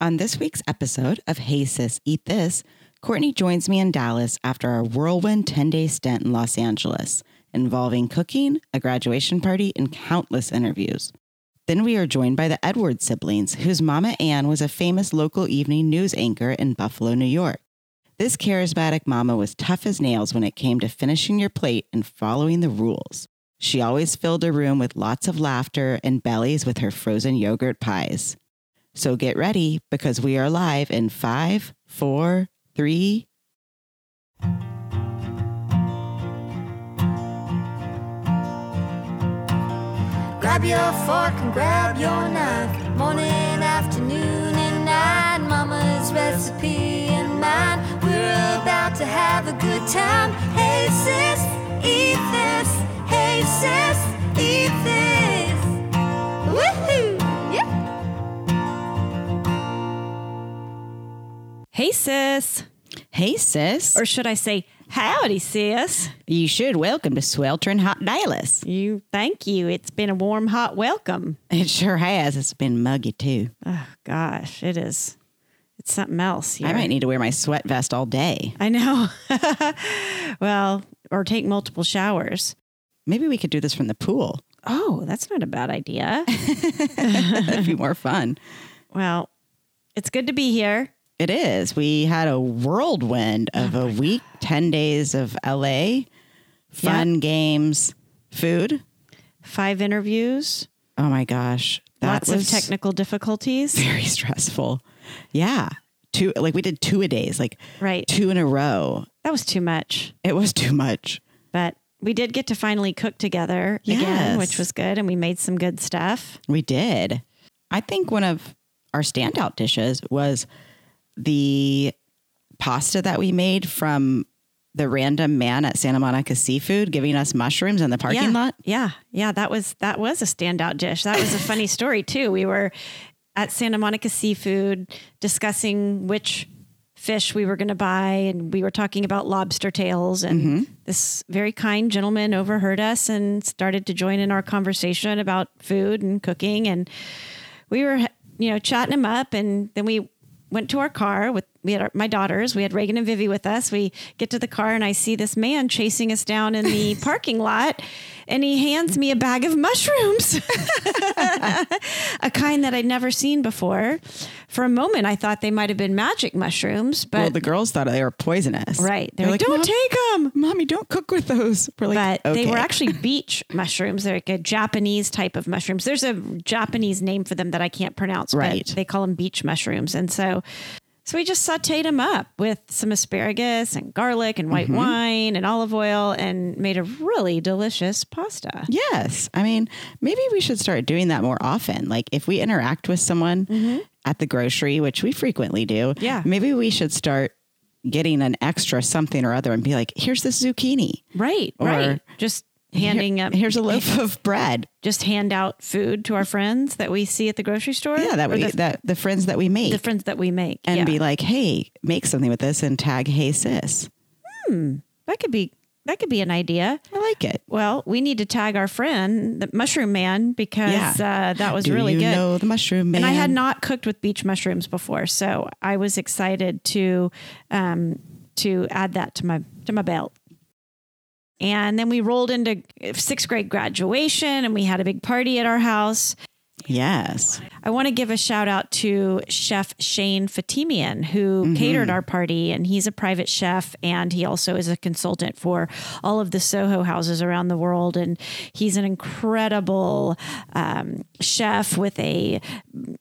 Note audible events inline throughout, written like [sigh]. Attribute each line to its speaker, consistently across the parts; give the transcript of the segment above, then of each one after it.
Speaker 1: On this week's episode of Hey Sis, Eat This, Courtney joins me in Dallas after our whirlwind 10 day stint in Los Angeles involving cooking, a graduation party, and countless interviews. Then we are joined by the Edwards siblings, whose Mama Ann was a famous local evening news anchor in Buffalo, New York. This charismatic mama was tough as nails when it came to finishing your plate and following the rules. She always filled a room with lots of laughter and bellies with her frozen yogurt pies. So get ready because we are live in five, four, three.
Speaker 2: Grab your fork and grab your knife. Morning, afternoon, and night. Mama's recipe and mine. We're about to have a good time. Hey sis, eat this. Hey sis, eat this. Woohoo! Yeah.
Speaker 3: Hey, sis.
Speaker 1: Hey, sis.
Speaker 3: Or should I say, howdy, sis?
Speaker 1: you should welcome to Sweltering Hot Dallas.
Speaker 3: You, thank you. It's been a warm, hot welcome.
Speaker 1: It sure has. It's been muggy too.
Speaker 3: Oh, gosh, it is. It's something else. Here.
Speaker 1: I might need to wear my sweat vest all day.
Speaker 3: I know. [laughs] well, or take multiple showers.
Speaker 1: Maybe we could do this from the pool. [laughs]
Speaker 3: Oh, that's not a bad [laughs] idea.
Speaker 1: That'd be more fun.
Speaker 3: well, it's good to be here.
Speaker 1: It is. We had a whirlwind
Speaker 3: Oh
Speaker 1: of a week, 10 days of LA, fun games, food.
Speaker 3: Five interviews,
Speaker 1: Oh my gosh. That
Speaker 3: lots
Speaker 1: was
Speaker 3: of technical [laughs] difficulties.
Speaker 1: [laughs] very stressful. Yeah. Two like we did two a days, like
Speaker 3: Right.
Speaker 1: two in a row.
Speaker 3: That was too much.
Speaker 1: It was [laughs] too much.
Speaker 3: But we did get to finally cook together
Speaker 1: Yes.
Speaker 3: again, which was good. And we made some good stuff.
Speaker 1: We did. I think one of our standout dishes was the pasta that we made from the random man at Santa Monica Seafood giving us mushrooms in the parking
Speaker 3: yeah.
Speaker 1: lot.
Speaker 3: Yeah, yeah, that was that was a standout dish. That was
Speaker 1: [laughs]
Speaker 3: a funny story too. We were at Santa Monica Seafood discussing which fish we were going to buy, and we were talking about lobster tails. And
Speaker 1: Mm-hmm.
Speaker 3: this very kind gentleman overheard us and started to join in our conversation about food and cooking. And we were, you know, chatting him up, and then we went to our car with we had our, my daughters we had reagan and vivi with us we get to the car and i see this man chasing us down in
Speaker 1: [laughs]
Speaker 3: the parking lot and he hands me a bag of mushrooms [laughs] a kind that i'd never seen before for a moment i thought they might have been magic mushrooms but
Speaker 1: well, the girls thought they were poisonous.
Speaker 3: Right. They're like, "Don't
Speaker 1: take them. Mommy, don't cook with those. We're like,
Speaker 3: but they were
Speaker 1: "Okay."
Speaker 3: actually beach [laughs] mushrooms. They're like a Japanese type of mushrooms. There's a Japanese name for them that I can't pronounce,
Speaker 1: Right.
Speaker 3: but they call them beach mushrooms. And so, so we just sauteed them up with some asparagus and garlic and
Speaker 1: Mm-hmm.
Speaker 3: white wine and olive oil and made a really delicious pasta.
Speaker 1: Yes. I mean, maybe we should start doing that more often. Like if we interact with someone at the grocery, which we frequently do,
Speaker 3: Mm-hmm. Yeah.
Speaker 1: maybe we should start getting an extra something or other and be like, here's this zucchini.
Speaker 3: Right.
Speaker 1: Or-
Speaker 3: right. Just handing
Speaker 1: Here-
Speaker 3: up.
Speaker 1: Here's a loaf of bread.
Speaker 3: Just hand out food to our friends that we see at the grocery store.
Speaker 1: Yeah, that
Speaker 3: or
Speaker 1: we
Speaker 3: the,
Speaker 1: that the friends that we make.
Speaker 3: the friends that we make
Speaker 1: and
Speaker 3: Yeah.
Speaker 1: be like, hey, make something with this and tag hey sis.
Speaker 3: that could be that could be an idea.
Speaker 1: I like it.
Speaker 3: Well, we need to tag our friend, the mushroom man, because uh, that was
Speaker 1: Do
Speaker 3: really
Speaker 1: you
Speaker 3: good.
Speaker 1: know the mushroom man?
Speaker 3: and I had not cooked with beach mushrooms before, so I was excited to um, to add that to my to my belt. And then we rolled into sixth grade graduation, and we had a big party at our house.
Speaker 1: Yes.
Speaker 3: I want to give a shout out to Chef Shane Fatimian, who catered our party, and he's a private chef, and he also is a consultant for all of the Soho houses around the world, and he's an incredible um, chef with a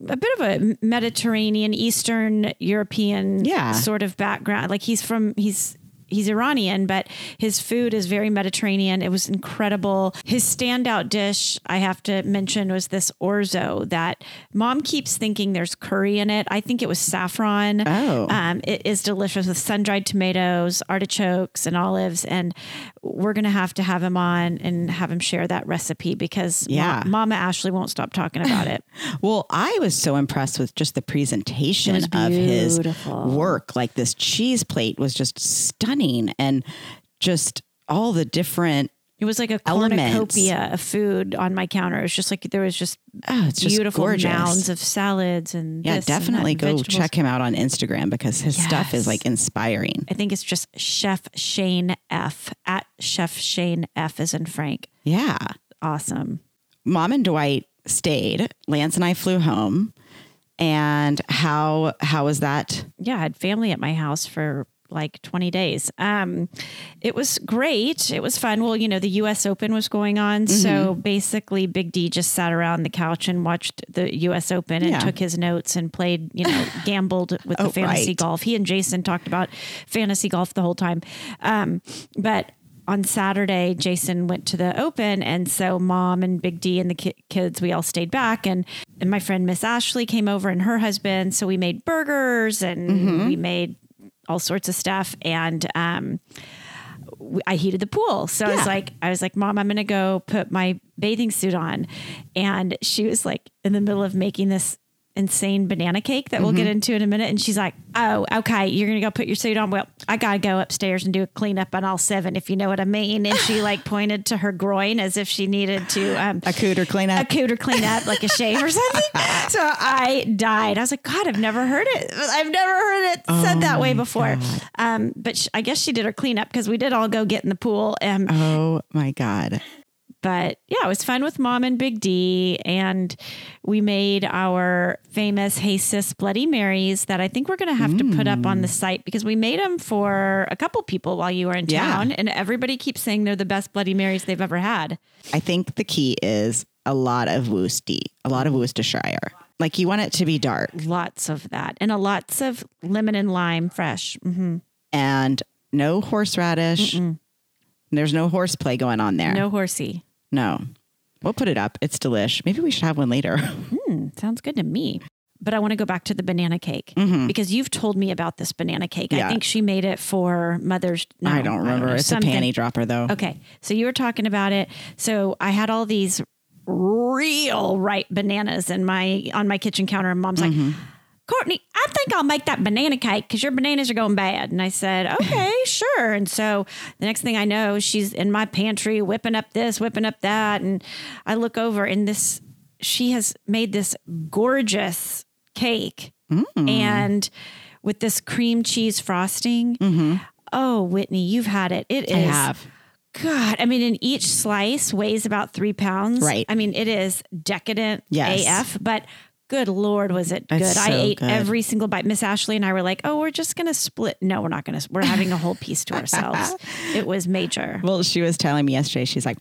Speaker 3: a bit of a Mediterranean, Eastern European
Speaker 1: Yeah.
Speaker 3: sort of background. Like he's from he's he's Iranian, but his food is very Mediterranean. It was incredible. His standout dish I have to mention was this orzo that mom keeps thinking there's curry in it. I think it was saffron.
Speaker 1: Oh.
Speaker 3: Um, it is delicious with sun dried tomatoes, artichokes, and olives. And we're going to have to have him on and have him share that recipe because Ma-
Speaker 1: Yeah.
Speaker 3: Mama Ashley won't stop talking
Speaker 1: [laughs]
Speaker 3: about it.
Speaker 1: Well, I was so impressed with just the presentation
Speaker 3: It was
Speaker 1: of his
Speaker 3: beautiful.
Speaker 1: work. Like this cheese plate was just stunning and just all the different
Speaker 3: It was like a
Speaker 1: Elements.
Speaker 3: cornucopia of food on my counter. It was just like there was just
Speaker 1: Oh, it's just
Speaker 3: beautiful
Speaker 1: gorgeous.
Speaker 3: mounds of salads and
Speaker 1: yeah,
Speaker 3: this and that
Speaker 1: definitely
Speaker 3: and
Speaker 1: go
Speaker 3: vegetables.
Speaker 1: check him out on Instagram because his stuff
Speaker 3: Yes.
Speaker 1: is like inspiring.
Speaker 3: I think it's just Chef Shane F at Chef Shane F is in Frank.
Speaker 1: Yeah.
Speaker 3: Awesome.
Speaker 1: Mom and Dwight stayed. Lance and I flew home. And how how was that?
Speaker 3: yeah, I had family at my house for like 20 days. Um, it was great. It was fun. Well, you know, the US Open was going on. So
Speaker 1: Mm-hmm.
Speaker 3: basically, Big D just sat around the couch and watched the US Open and
Speaker 1: Yeah.
Speaker 3: took his notes and played, you know, gambled with the
Speaker 1: Oh,
Speaker 3: fantasy
Speaker 1: right.
Speaker 3: golf. He and Jason talked about fantasy golf the whole time. Um, but on Saturday, Jason went to the open. And so mom and Big D and the ki- kids, we all stayed back. And, and my friend Miss Ashley came over and her husband. So we made burgers and
Speaker 1: Mm-hmm.
Speaker 3: we made all sorts of stuff. And, um, w- I heated the pool. So I was
Speaker 1: Yeah.
Speaker 3: like, I was like, mom, I'm going to go put my bathing suit on. And she was like in the middle of making this insane banana cake that we'll get
Speaker 1: Mm-hmm.
Speaker 3: into in a minute. And she's like, oh, okay. You're going to go put your suit on. Well, I got to go upstairs and do a cleanup on all seven, if you know what I mean. And
Speaker 1: [sighs]
Speaker 3: she like pointed to her groin as if she needed to, um,
Speaker 1: A cooter
Speaker 3: a
Speaker 1: cleanup.
Speaker 3: cooter clean up like a shave
Speaker 1: [laughs]
Speaker 3: or something. So I died. I was like, God, I've never heard it. I've never heard
Speaker 1: Oh,
Speaker 3: it said that way before. Um, but sh- I guess she did her cleanup because we did all go get in the pool. Um,
Speaker 1: oh my God.
Speaker 3: but yeah, it was fun with mom and Big D, and we made our famous Hey Sis Bloody Marys that I think we're going to have to put up on the
Speaker 1: Mm.
Speaker 3: site because we made them for a couple people while you were in
Speaker 1: Yeah.
Speaker 3: town, and everybody keeps saying they're the best Bloody Marys they've ever had.
Speaker 1: I think the key is a lot of Woosty, a lot of Worcestershire. Like you want it to be dark
Speaker 3: Lots of that, and a lots of lemon and lime fresh. hmm
Speaker 1: and no horseradish. There's no horseplay going on there.
Speaker 3: No horsey.
Speaker 1: No. We'll put it up. It's delish. Maybe we should have one later. [laughs]
Speaker 3: Mm, sounds good to me. But I want to go back to the banana cake because you've told me about this banana cake. I
Speaker 1: Mm-hmm. Yeah.
Speaker 3: think she made it for Mother's. no,
Speaker 1: I don't remember.
Speaker 3: know,
Speaker 1: it's
Speaker 3: something.
Speaker 1: a panty dropper though.
Speaker 3: Okay. So you were talking about it. So I had all these real ripe bananas in my on my kitchen counter and mom's like Courtney, I think I'll make that banana cake because your bananas are going bad. And I said, okay, sure. And so the next thing I know, she's in my pantry whipping up this, whipping up that. And I look over and this, she has made this gorgeous cake and with this cream cheese frosting. Oh, Whitney, you've had it. It is.
Speaker 1: have.
Speaker 3: God, I mean, in each slice weighs about three pounds.
Speaker 1: Right.
Speaker 3: I mean, it is decadent
Speaker 1: Yes.
Speaker 3: AF, but good Lord, was it
Speaker 1: It's
Speaker 3: good. I
Speaker 1: so
Speaker 3: ate
Speaker 1: good.
Speaker 3: every single bite. Miss Ashley and I were like, oh, we're just going to split. No, we're not going to. We're having a whole piece to
Speaker 1: [laughs]
Speaker 3: ourselves. it was major.
Speaker 1: Well, she was telling me yesterday, she's like,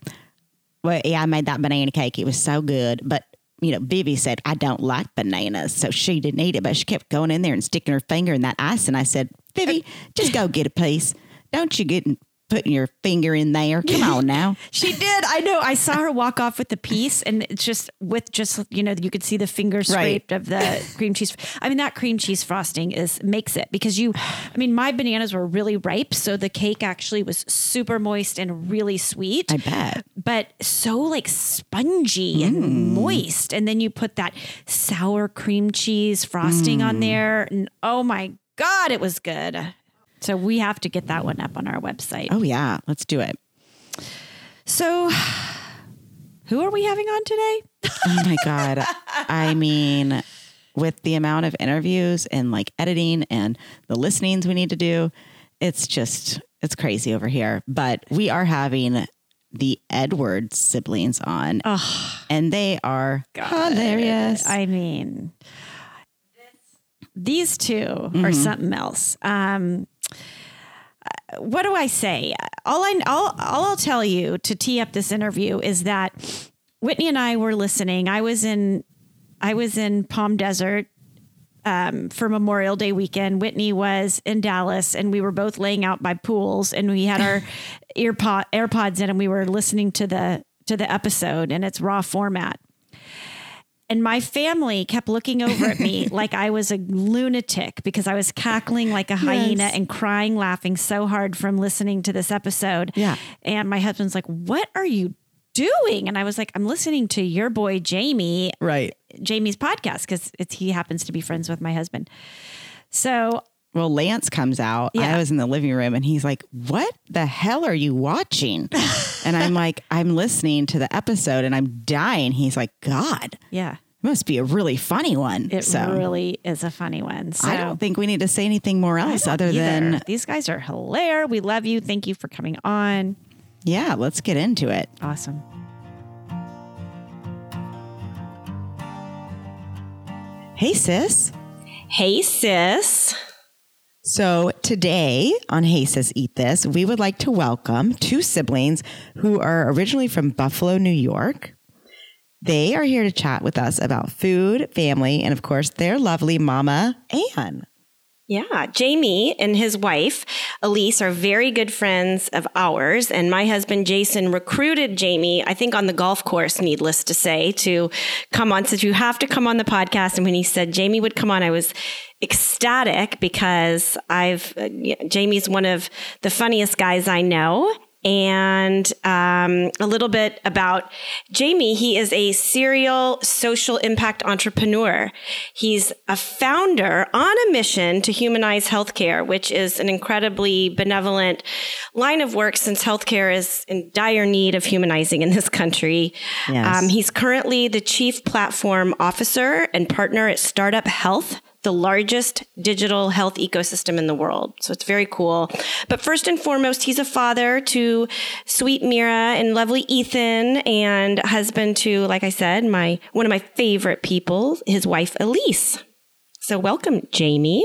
Speaker 1: Well, yeah, I made that banana cake. It was so good. But, you know, Bibby said, I don't like bananas. So she didn't eat it, but she kept going in there and sticking her finger in that ice. And I said, Bibby, just go get a piece. Don't you get putting your finger in there. Come on now.
Speaker 3: She did. I know. I saw her walk off with the piece, and it's just with just you know you could see the finger
Speaker 1: Right.
Speaker 3: scraped of the cream cheese. I mean that cream cheese frosting is makes it because you. I mean my bananas were really ripe, so the cake actually was super moist and really sweet.
Speaker 1: I bet.
Speaker 3: but so like spongy and moist, and then you put that sour cream cheese frosting on there, and oh my god, it was good. So we have to get that one up on our website.
Speaker 1: Oh, yeah. Let's do it.
Speaker 3: So, [sighs] who are we having on today?
Speaker 1: Oh, my God. I mean, with the amount of interviews and like editing and the listenings we need to do, it's just, it's crazy over here. But we are having the Edwards siblings on, and they are hilarious.
Speaker 3: I mean, these 2 are something else. Um, uh, what do I say? All I all, all I'll tell you to tee up this interview is that Whitney and I were listening. I was in I was in Palm Desert um, for Memorial Day weekend. Whitney was in Dallas, and we were both laying out by pools, and we had our earpod AirPods in, and we were listening to the to the episode in its raw format. And my family kept looking over at me like I was a lunatic because I was cackling like a hyena and crying, laughing so hard from listening to this episode.
Speaker 1: Yeah.
Speaker 3: And my husband's like, What are you doing? And I was like, I'm listening to your boy, Jamie,
Speaker 1: right.
Speaker 3: Jamie's podcast because it's he happens to be friends with my husband. So
Speaker 1: well, Lance comes out.
Speaker 3: Yeah.
Speaker 1: I was in the living room and he's like, What the hell are you
Speaker 3: [laughs]
Speaker 1: watching? and I'm like, I'm listening to the episode and I'm dying. He's like, God, it
Speaker 3: Yeah.
Speaker 1: must be a really funny one.
Speaker 3: It
Speaker 1: so
Speaker 3: really is a funny one. So
Speaker 1: I don't think we need to say anything more
Speaker 3: I
Speaker 1: else
Speaker 3: don't
Speaker 1: other
Speaker 3: either.
Speaker 1: than,
Speaker 3: these guys are hilarious. We love you. Thank you for coming on.
Speaker 1: yeah, let's get into it.
Speaker 3: Awesome.
Speaker 1: Hey, sis.
Speaker 3: Hey sis.
Speaker 1: So today on Hey Sis Eat This, we would like to welcome two siblings who are originally from Buffalo, New York. They are here to chat with us about food, family, and of course, their lovely mama, Anne.
Speaker 4: Yeah, Jamie and his wife, Elise, are very good friends of ours. And my husband, Jason, recruited Jamie, I think on the golf course, needless to say, to come on. Said, You have to come on the podcast. And when he said Jamie would come on, I was ecstatic because I've, uh, yeah, Jamie's one of the funniest guys I know. And um, a little bit about Jamie. He is a serial social impact entrepreneur. He's a founder on a mission to humanize healthcare, which is an incredibly benevolent line of work since healthcare is in dire need of humanizing in this country.
Speaker 1: Yes.
Speaker 4: Um, he's currently the chief platform officer and partner at Startup Health, the largest digital health ecosystem in the world. So it's very cool. But first and foremost, he's a father to sweet Mira and lovely Ethan, and husband to, like I said, my one of my favorite people, his wife Elise. So welcome, Jamie.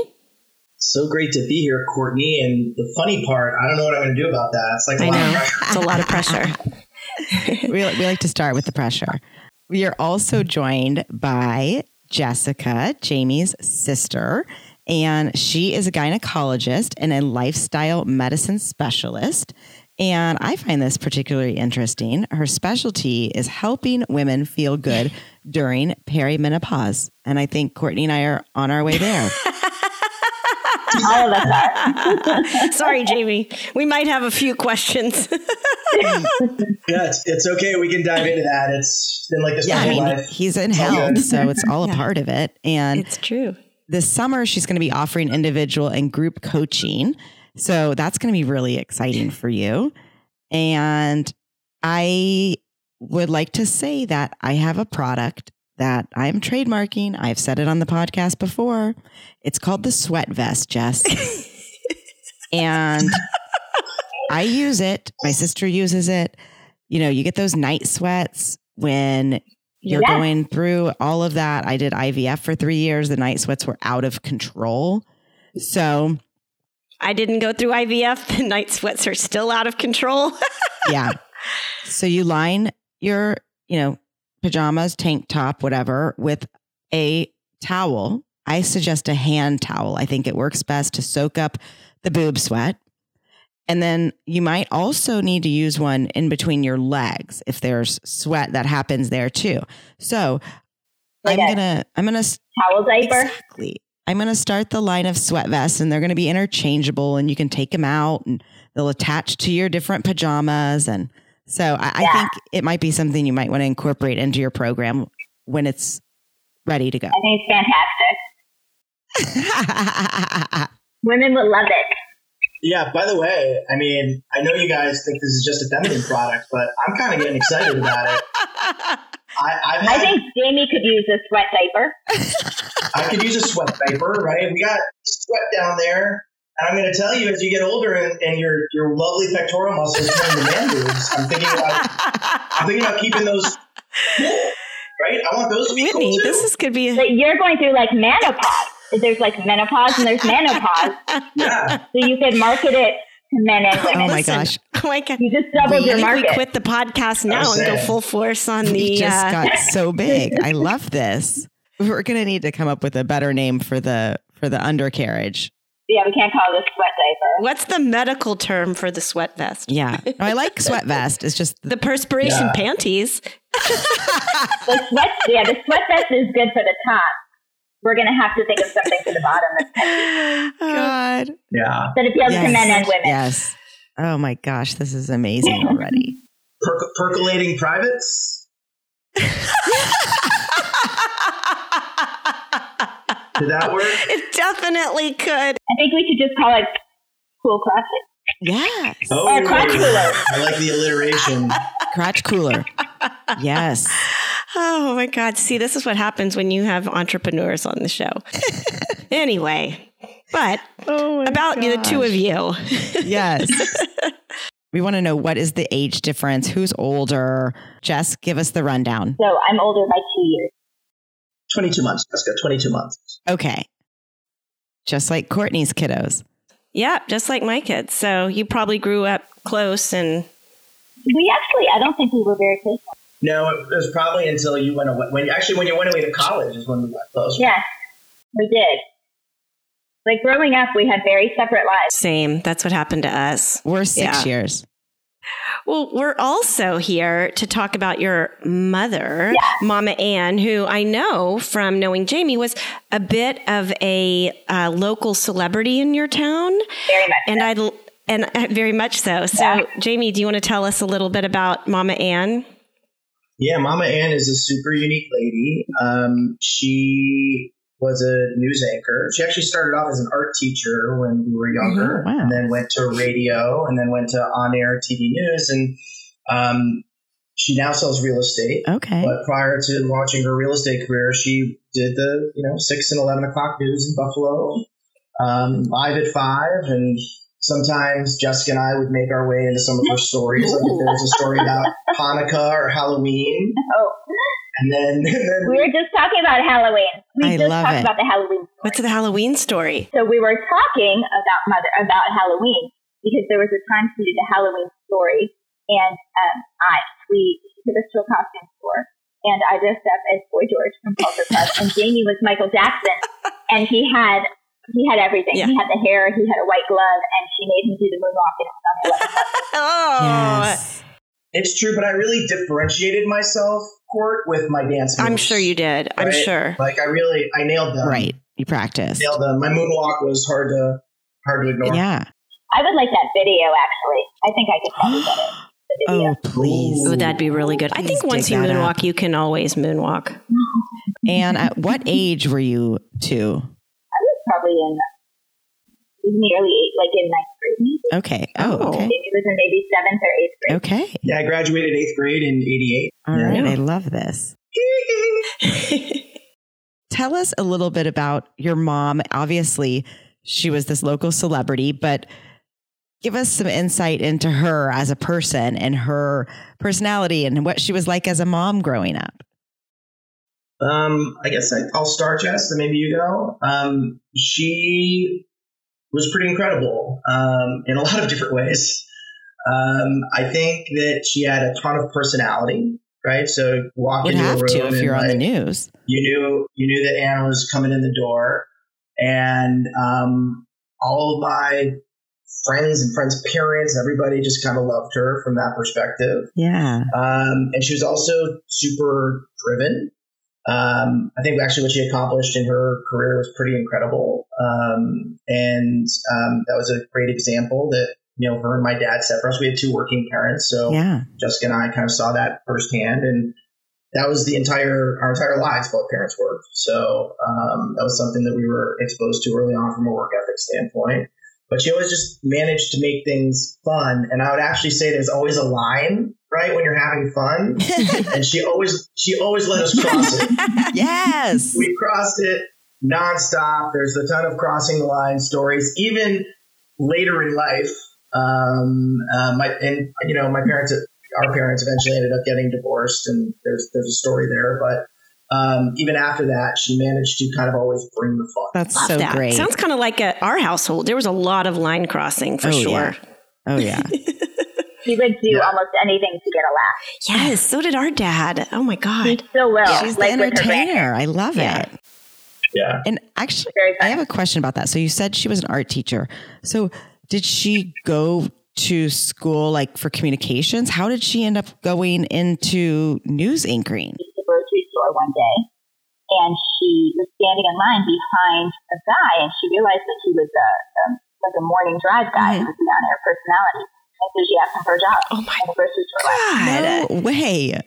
Speaker 5: so great to be here, Courtney. And the funny part, I don't know what I'm going to do about that. It's like a
Speaker 4: I
Speaker 5: lot of
Speaker 4: know
Speaker 5: pressure.
Speaker 4: it's a lot of
Speaker 1: [laughs]
Speaker 4: pressure. [laughs]
Speaker 1: We, we like to start with the pressure. We are also joined by Jessica, Jamie's sister, and she is a gynecologist and a lifestyle medicine specialist. And I find this particularly interesting. Her specialty is helping women feel good during perimenopause. And I think Courtney and I are on our way there.
Speaker 4: Sorry, Jamie. We might have a few questions.
Speaker 5: [laughs]
Speaker 4: [laughs]
Speaker 5: Yeah, it's, it's okay. We can dive into that. It's been like this
Speaker 1: yeah,
Speaker 5: my
Speaker 1: I
Speaker 5: whole
Speaker 1: mean,
Speaker 5: life.
Speaker 1: he's in health, so it's
Speaker 4: [laughs]
Speaker 1: all a part of it. And
Speaker 4: it's true.
Speaker 1: this summer she's going to be offering individual and group coaching so that's going to be really exciting for you and i would like to say that i have a product that i'm trademarking i've said it on the podcast before it's called the sweat vest
Speaker 4: [laughs]
Speaker 1: jess and i use it my sister uses it you know you get those night sweats when you're going through all of that. I did IVF for three years. The night sweats were out of control. So,
Speaker 4: I didn't go through IVF. The night sweats are still out of control.
Speaker 1: yeah. so, you line your, you know, pajamas, tank top, whatever, with a towel. I suggest a hand towel. I think it works best to soak up the boob sweat. And then you might also need to use one in between your legs if there's sweat that happens there too. So,
Speaker 6: Like
Speaker 1: I'm
Speaker 6: a
Speaker 1: gonna I'm gonna
Speaker 6: towel diaper.
Speaker 1: Exactly. I'm going to start the line of sweat vests and they're going to be interchangeable and you can take them out and they'll attach to your different pajamas. And so I, I think it might be something you might want to incorporate into your program when it's ready to go.
Speaker 6: I think it's fantastic.
Speaker 1: [laughs]
Speaker 6: Women would love it.
Speaker 5: Yeah, by the way, I mean, I know you guys think this is just a feminine product, but I'm kind of getting excited about it. I, I've
Speaker 6: I
Speaker 5: had-
Speaker 6: think Jamie could use a sweat diaper.
Speaker 5: I could use a sweat diaper, right? We got sweat down there. And I'm going to tell you, as you get older and, and your, your lovely pectoral muscles turn to man boobs, I'm thinking about I'm thinking about keeping those cool, right? I want those to be cool
Speaker 4: Whitney,
Speaker 5: too.
Speaker 4: this is could be a
Speaker 6: But you're going through like menopause. There's like menopause and there's menopause.
Speaker 4: [laughs]
Speaker 5: yeah.
Speaker 6: So you could market it to men and women.
Speaker 1: Oh my
Speaker 4: Listen,
Speaker 1: gosh.
Speaker 4: [laughs] Like I
Speaker 6: You just doubled your
Speaker 4: think we
Speaker 6: market.
Speaker 4: quit the podcast now and go full force on
Speaker 1: We
Speaker 4: the.
Speaker 1: just
Speaker 4: uh,
Speaker 1: got so big. I love this. We're going to need to come up with a better name for the for the undercarriage.
Speaker 6: Yeah, we can't call it a sweat diaper.
Speaker 4: what's the medical term for the sweat vest?
Speaker 1: Yeah. No, I like sweat vest. It's just
Speaker 4: The perspiration
Speaker 5: Yeah.
Speaker 4: panties.
Speaker 6: The sweat, yeah, the sweat vest is good for the top. We're going to have to think of something for the bottom that's-
Speaker 1: God.
Speaker 5: [laughs] Yeah.
Speaker 6: that appeals to men and women.
Speaker 1: Yes. Oh my gosh, this is amazing already.
Speaker 5: Per- percolating privates. Did that work?
Speaker 4: It definitely could.
Speaker 6: I think we should just call it Cool Classic.
Speaker 1: Yes.
Speaker 5: Oh,
Speaker 6: Or crotch cooler.
Speaker 5: I like the alliteration.
Speaker 1: Crotch cooler. Yes.
Speaker 4: Oh my God. See, this is what happens when you have entrepreneurs on
Speaker 1: [laughs]
Speaker 4: the show. anyway, but
Speaker 3: Oh,
Speaker 4: about the two of you. [laughs]
Speaker 1: Yes. we want to know what is the age difference? Who's older? Jess, give us the rundown.
Speaker 6: So I'm older by two years.
Speaker 5: 22 months, Jessica, 22 months.
Speaker 1: Okay. Just like Courtney's kiddos.
Speaker 4: Yeah, just like my kids. So you probably grew up close and
Speaker 6: We actually, I don't think we were very close.
Speaker 5: No, it was probably until you went away. When actually, when you went away to college is when we got close.
Speaker 6: Yes, we did. Like growing up, we had very separate lives.
Speaker 4: same. That's what happened to us.
Speaker 1: We're six
Speaker 4: Yeah.
Speaker 1: years.
Speaker 4: Well, we're also here to talk about your mother, Mama Ann, who I know from knowing Jamie was a bit of a uh, local celebrity in your town.
Speaker 6: Very much.
Speaker 4: And I and uh, very much so. So, Jamie, do you want to tell us a little bit about Mama Ann?
Speaker 5: Yeah, Mama Ann is a super unique lady. Um, she was a news anchor. She actually started off as an art teacher when we were younger,
Speaker 1: Mhm, wow.
Speaker 5: and then went to radio, and then went to on-air TV news, and um, she now sells real estate.
Speaker 1: Okay.
Speaker 5: But prior to launching her real estate career, she did the you know six and eleven o'clock news in Buffalo, um, live at five, and sometimes Jessica and I would make our way into some of her stories. Like if there was a story about Hanukkah or Halloween,
Speaker 6: Oh,
Speaker 5: and then, [laughs] and then
Speaker 6: we were just talking about Halloween. We
Speaker 1: I
Speaker 6: just
Speaker 1: love
Speaker 6: talked
Speaker 1: it.
Speaker 6: about the Halloween.
Speaker 4: What's the Halloween story?
Speaker 6: So we were talking about mother about Halloween because there was a time she did a Halloween story, and um, I we took us to a costume store, and I dressed up as Boy George from
Speaker 1: [laughs]
Speaker 6: Club, and Jamie was Michael Jackson, and he had he had everything.
Speaker 4: Yeah.
Speaker 6: He had the hair, he had a white glove, and she made him do the moonwalk. And it was on the left.
Speaker 4: Oh,
Speaker 1: yes.
Speaker 5: it's true. But I really differentiated myself, Court, with my dance.
Speaker 4: I'm
Speaker 5: moves,
Speaker 4: sure you did. I'm
Speaker 5: right?
Speaker 4: sure.
Speaker 5: Like I really, I nailed them.
Speaker 1: Right. You practiced.
Speaker 5: Um, nailed them. My moonwalk was hard to hard to ignore.
Speaker 1: Yeah.
Speaker 6: I would like that video actually. I think I could probably get it. The video.
Speaker 1: Oh, please.
Speaker 5: Ooh.
Speaker 4: Oh, that'd be really good. I
Speaker 1: Please
Speaker 4: think once
Speaker 1: dig
Speaker 4: you
Speaker 1: that
Speaker 4: moonwalk, you can always moonwalk. [laughs]
Speaker 1: And at what age were you two?
Speaker 6: I was probably in nearly eight, like in ninth grade. Maybe.
Speaker 1: Okay. Oh,
Speaker 4: Oh.
Speaker 1: okay.
Speaker 6: Jamie was in maybe seventh or eighth grade.
Speaker 1: Okay.
Speaker 5: Yeah, I graduated eighth grade in '88.
Speaker 1: All right.
Speaker 4: Yeah.
Speaker 1: I love this. Tell us a little bit about your mom. Obviously, she was this local celebrity, but give us some insight into her as a person and her personality and what she was like as a mom growing up.
Speaker 5: Um, I guess I, I'll start, Jess, and maybe you go. Um, she was pretty incredible um, in a [laughs] lot of different ways. Um, I think that she had a ton of personality, right? So walk
Speaker 1: Would
Speaker 5: into a
Speaker 1: have
Speaker 5: room
Speaker 1: to if
Speaker 5: and,
Speaker 1: you're on the
Speaker 5: like,
Speaker 1: news.
Speaker 5: you knew you knew that Anna was coming in the door, and um, all of my friends and friends' parents, everybody just kind of loved her from that perspective.
Speaker 1: Yeah.
Speaker 5: Um, and she was also super driven. Um, I think actually what she accomplished in her career was pretty incredible. Um, and um, that was a great example that, you know, her and my dad set for us. We had two working parents. So
Speaker 1: Yeah.
Speaker 5: Jessica and I kind of saw that firsthand. And that was the entire, our entire lives, both parents worked. So um, that was something that we were exposed to early on from a work ethic standpoint. But she always just managed to make things fun. And I would actually say there's always a line, right, when you're having fun. and she always, she always let us cross it.
Speaker 1: [laughs] yes.
Speaker 5: We crossed it nonstop. There's a ton of crossing the line stories, even later in life. Um, uh, my and you know my parents, our parents eventually ended up getting divorced, and there's there's a story there. But um, even after that, she managed to kind of always bring the fun.
Speaker 1: That's
Speaker 4: Love
Speaker 1: so
Speaker 4: that.
Speaker 1: great.
Speaker 4: Sounds kind of like a, our household. There was a lot of line crossing for
Speaker 1: Oh,
Speaker 4: sure.
Speaker 1: oh, [laughs] yeah.
Speaker 6: She would do
Speaker 5: Yeah.
Speaker 6: almost anything to get a laugh.
Speaker 4: Yes, so did our dad. Oh my
Speaker 6: She
Speaker 4: God.
Speaker 6: still will.
Speaker 1: She's the
Speaker 6: like with her grand-
Speaker 1: entertainer. I love
Speaker 4: Yeah.
Speaker 1: it.
Speaker 5: Yeah.
Speaker 1: And actually,
Speaker 6: Very
Speaker 1: I
Speaker 6: fun.
Speaker 1: have a question about that. So you said she was an art teacher. So did she go to school like for communications? How did she end up going into news anchoring?
Speaker 6: to the grocery store one day, and she was standing in line behind a guy, and she realized that he was a um, like a morning drive guy
Speaker 1: Mm-hmm.
Speaker 6: with the on-air personality, and so she asked him for a job.
Speaker 4: Oh, my
Speaker 6: in the grocery store. line.
Speaker 4: God.
Speaker 1: No way.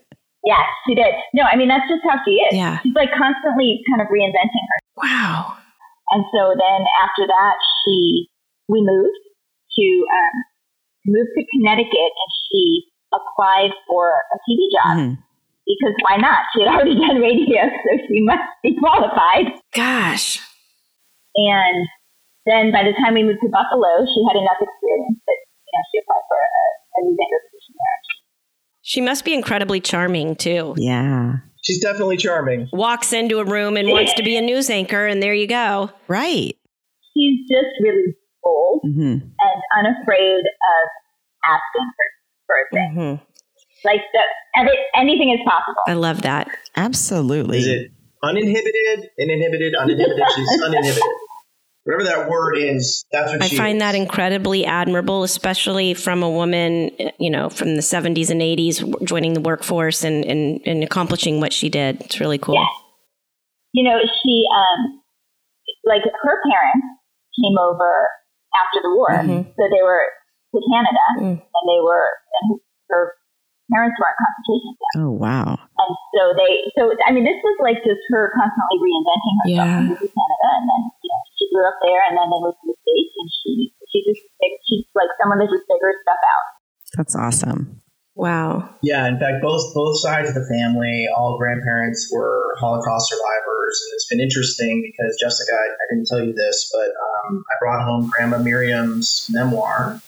Speaker 6: Yes, she did. No, I mean that's just how she is.
Speaker 4: Yeah.
Speaker 6: She's like constantly kind of reinventing her.
Speaker 4: Wow.
Speaker 6: And so then after that, she we moved to um, moved to Connecticut, and she applied for a TV job
Speaker 1: Mm-hmm.
Speaker 6: because why not? She had already [laughs] done radio, so she must be qualified.
Speaker 4: Gosh.
Speaker 6: And then by the time we moved to Buffalo, she had enough experience that you know she applied for a, a presenter position there.
Speaker 4: She must be incredibly charming too.
Speaker 1: Yeah.
Speaker 5: She's definitely charming.
Speaker 4: Walks into a room and wants to be a news anchor, and there you go.
Speaker 1: Right.
Speaker 6: She's just really bold
Speaker 1: hmm
Speaker 6: and unafraid of asking for, for a thing.
Speaker 4: Mm-hmm.
Speaker 6: Like the, every, anything is possible.
Speaker 4: I love that.
Speaker 1: Absolutely.
Speaker 5: Is it uninhibited, inhibited, uninhibited? She's
Speaker 4: [laughs]
Speaker 5: uninhibited. Whatever that word is, that's what
Speaker 4: I
Speaker 5: she
Speaker 4: find
Speaker 5: is.
Speaker 4: that incredibly admirable, especially from a woman, you know, from the 70s and 80s joining the workforce and, and, and accomplishing what she did. It's really cool.
Speaker 6: Yeah. you know, she, um, like her parents came over after the war.
Speaker 4: Mhm.
Speaker 6: So they were to Canada
Speaker 4: Mm.
Speaker 6: and they were, and her parents were in concentration camps.
Speaker 1: Oh, wow.
Speaker 6: And so they, so, I mean, this was like just her constantly reinventing herself
Speaker 4: Yeah.
Speaker 6: moved to Canada. And then, you know, she grew up there and then they moved to the States and she, she just, she's like someone that just figures stuff out.
Speaker 1: That's awesome.
Speaker 4: Wow.
Speaker 5: Yeah, in fact, both both sides of the family, all grandparents were Holocaust survivors, and it's been interesting because Jessica, I, I didn't tell you this, but um, I brought home Grandma Miriam's memoir,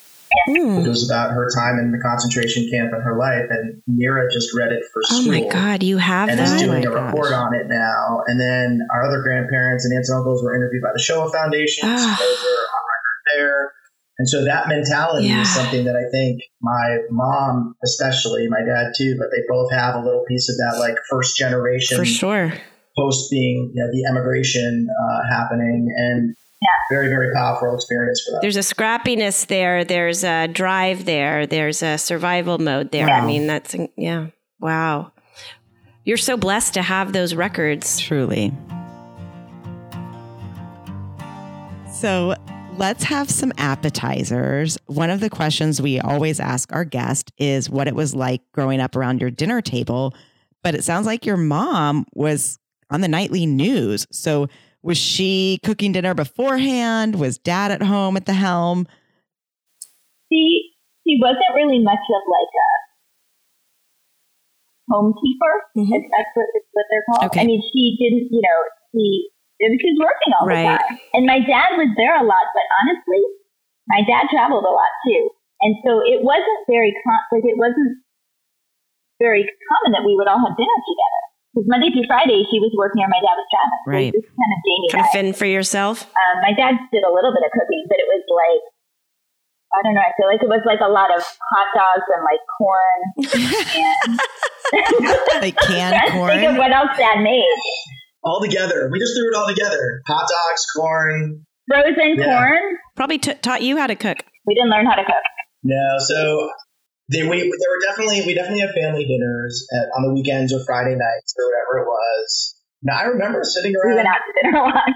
Speaker 4: Mm.
Speaker 5: which was about her time in the concentration camp and her life, and Mira just read it for
Speaker 4: Oh
Speaker 5: school.
Speaker 4: my God, you have
Speaker 5: And
Speaker 4: that?
Speaker 5: is
Speaker 1: Oh my
Speaker 5: doing a report
Speaker 1: gosh.
Speaker 5: on it now. And then our other grandparents and aunts and uncles were interviewed by the Shoah Foundation. so
Speaker 4: Ah.
Speaker 5: those were on record there. And so that mentality
Speaker 4: Yeah.
Speaker 5: is something that I think my mom, especially my dad too, but they both have a little piece of that like first generation
Speaker 4: For sure.
Speaker 5: post being you know, the emigration uh, happening and very very powerful experience for them.
Speaker 4: There's a scrappiness there. There's a drive there. There's a survival mode there. I
Speaker 5: Wow.
Speaker 4: mean, that's, yeah. Wow. You're so blessed to have those records.
Speaker 1: Truly. So let's have some appetizers. One of the questions we always ask our guest is what it was like growing up around your dinner table. But it sounds like your mom was on the nightly news. So was she cooking dinner beforehand? Was dad at home at the helm?
Speaker 6: she she wasn't really much of like a homekeeper.
Speaker 4: Mhm.
Speaker 6: If that's what, if what they're called.
Speaker 4: Okay.
Speaker 6: I mean, she didn't, you know, she she was working all
Speaker 4: Right.
Speaker 6: the time, and my dad was there a lot. But honestly, my dad traveled a lot too, and so it wasn't very con- like it wasn't very common that we would all have dinner together. Because Monday through Friday, she was working, and my dad was traveling. So
Speaker 1: Right.
Speaker 6: it was just kind of Jamie and
Speaker 4: Kind
Speaker 6: I.
Speaker 4: of fend for yourself.
Speaker 6: Um, my dad did a little bit of cooking, but it was like I don't know. I feel like it was like a lot of hot dogs and like corn.
Speaker 4: [laughs]
Speaker 1: Like canned
Speaker 6: [laughs] I think of
Speaker 1: corn?
Speaker 6: what else Dad made:
Speaker 5: all together, we just threw it all together: hot dogs, corn,
Speaker 6: frozen
Speaker 5: Yeah.
Speaker 6: corn.
Speaker 4: Probably t- taught you how to cook.
Speaker 6: We didn't learn how to cook.
Speaker 5: No, so they we there were definitely we definitely had family dinners at, on the weekends or Friday nights or whatever it was. Now I remember sitting
Speaker 6: We
Speaker 5: around.
Speaker 6: went out to dinner a lot.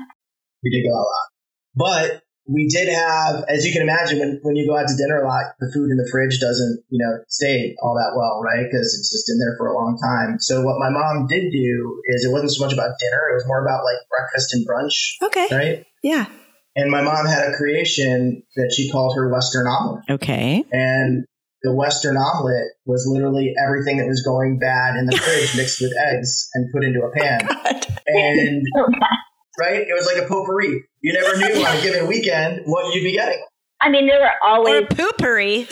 Speaker 5: We did go out a lot, but we did have, as you can imagine, when when you go out to dinner a lot, the food in the fridge doesn't you know stay all that well, right? Because it's just in there for a long time. So what my mom did do is it wasn't so much about dinner; it was more about like breakfast and brunch,
Speaker 4: Okay.
Speaker 5: right?
Speaker 4: Yeah.
Speaker 5: And my mom had a creation that she called her Western omelet.
Speaker 1: Okay.
Speaker 5: and the Western omelet was literally everything that was going bad in the fridge mixed with eggs and put into a pan. and right, it was like a potpourri. You never knew on a given weekend what you'd be getting.
Speaker 6: I mean, there were
Speaker 4: Or
Speaker 6: always [laughs]
Speaker 4: poopery.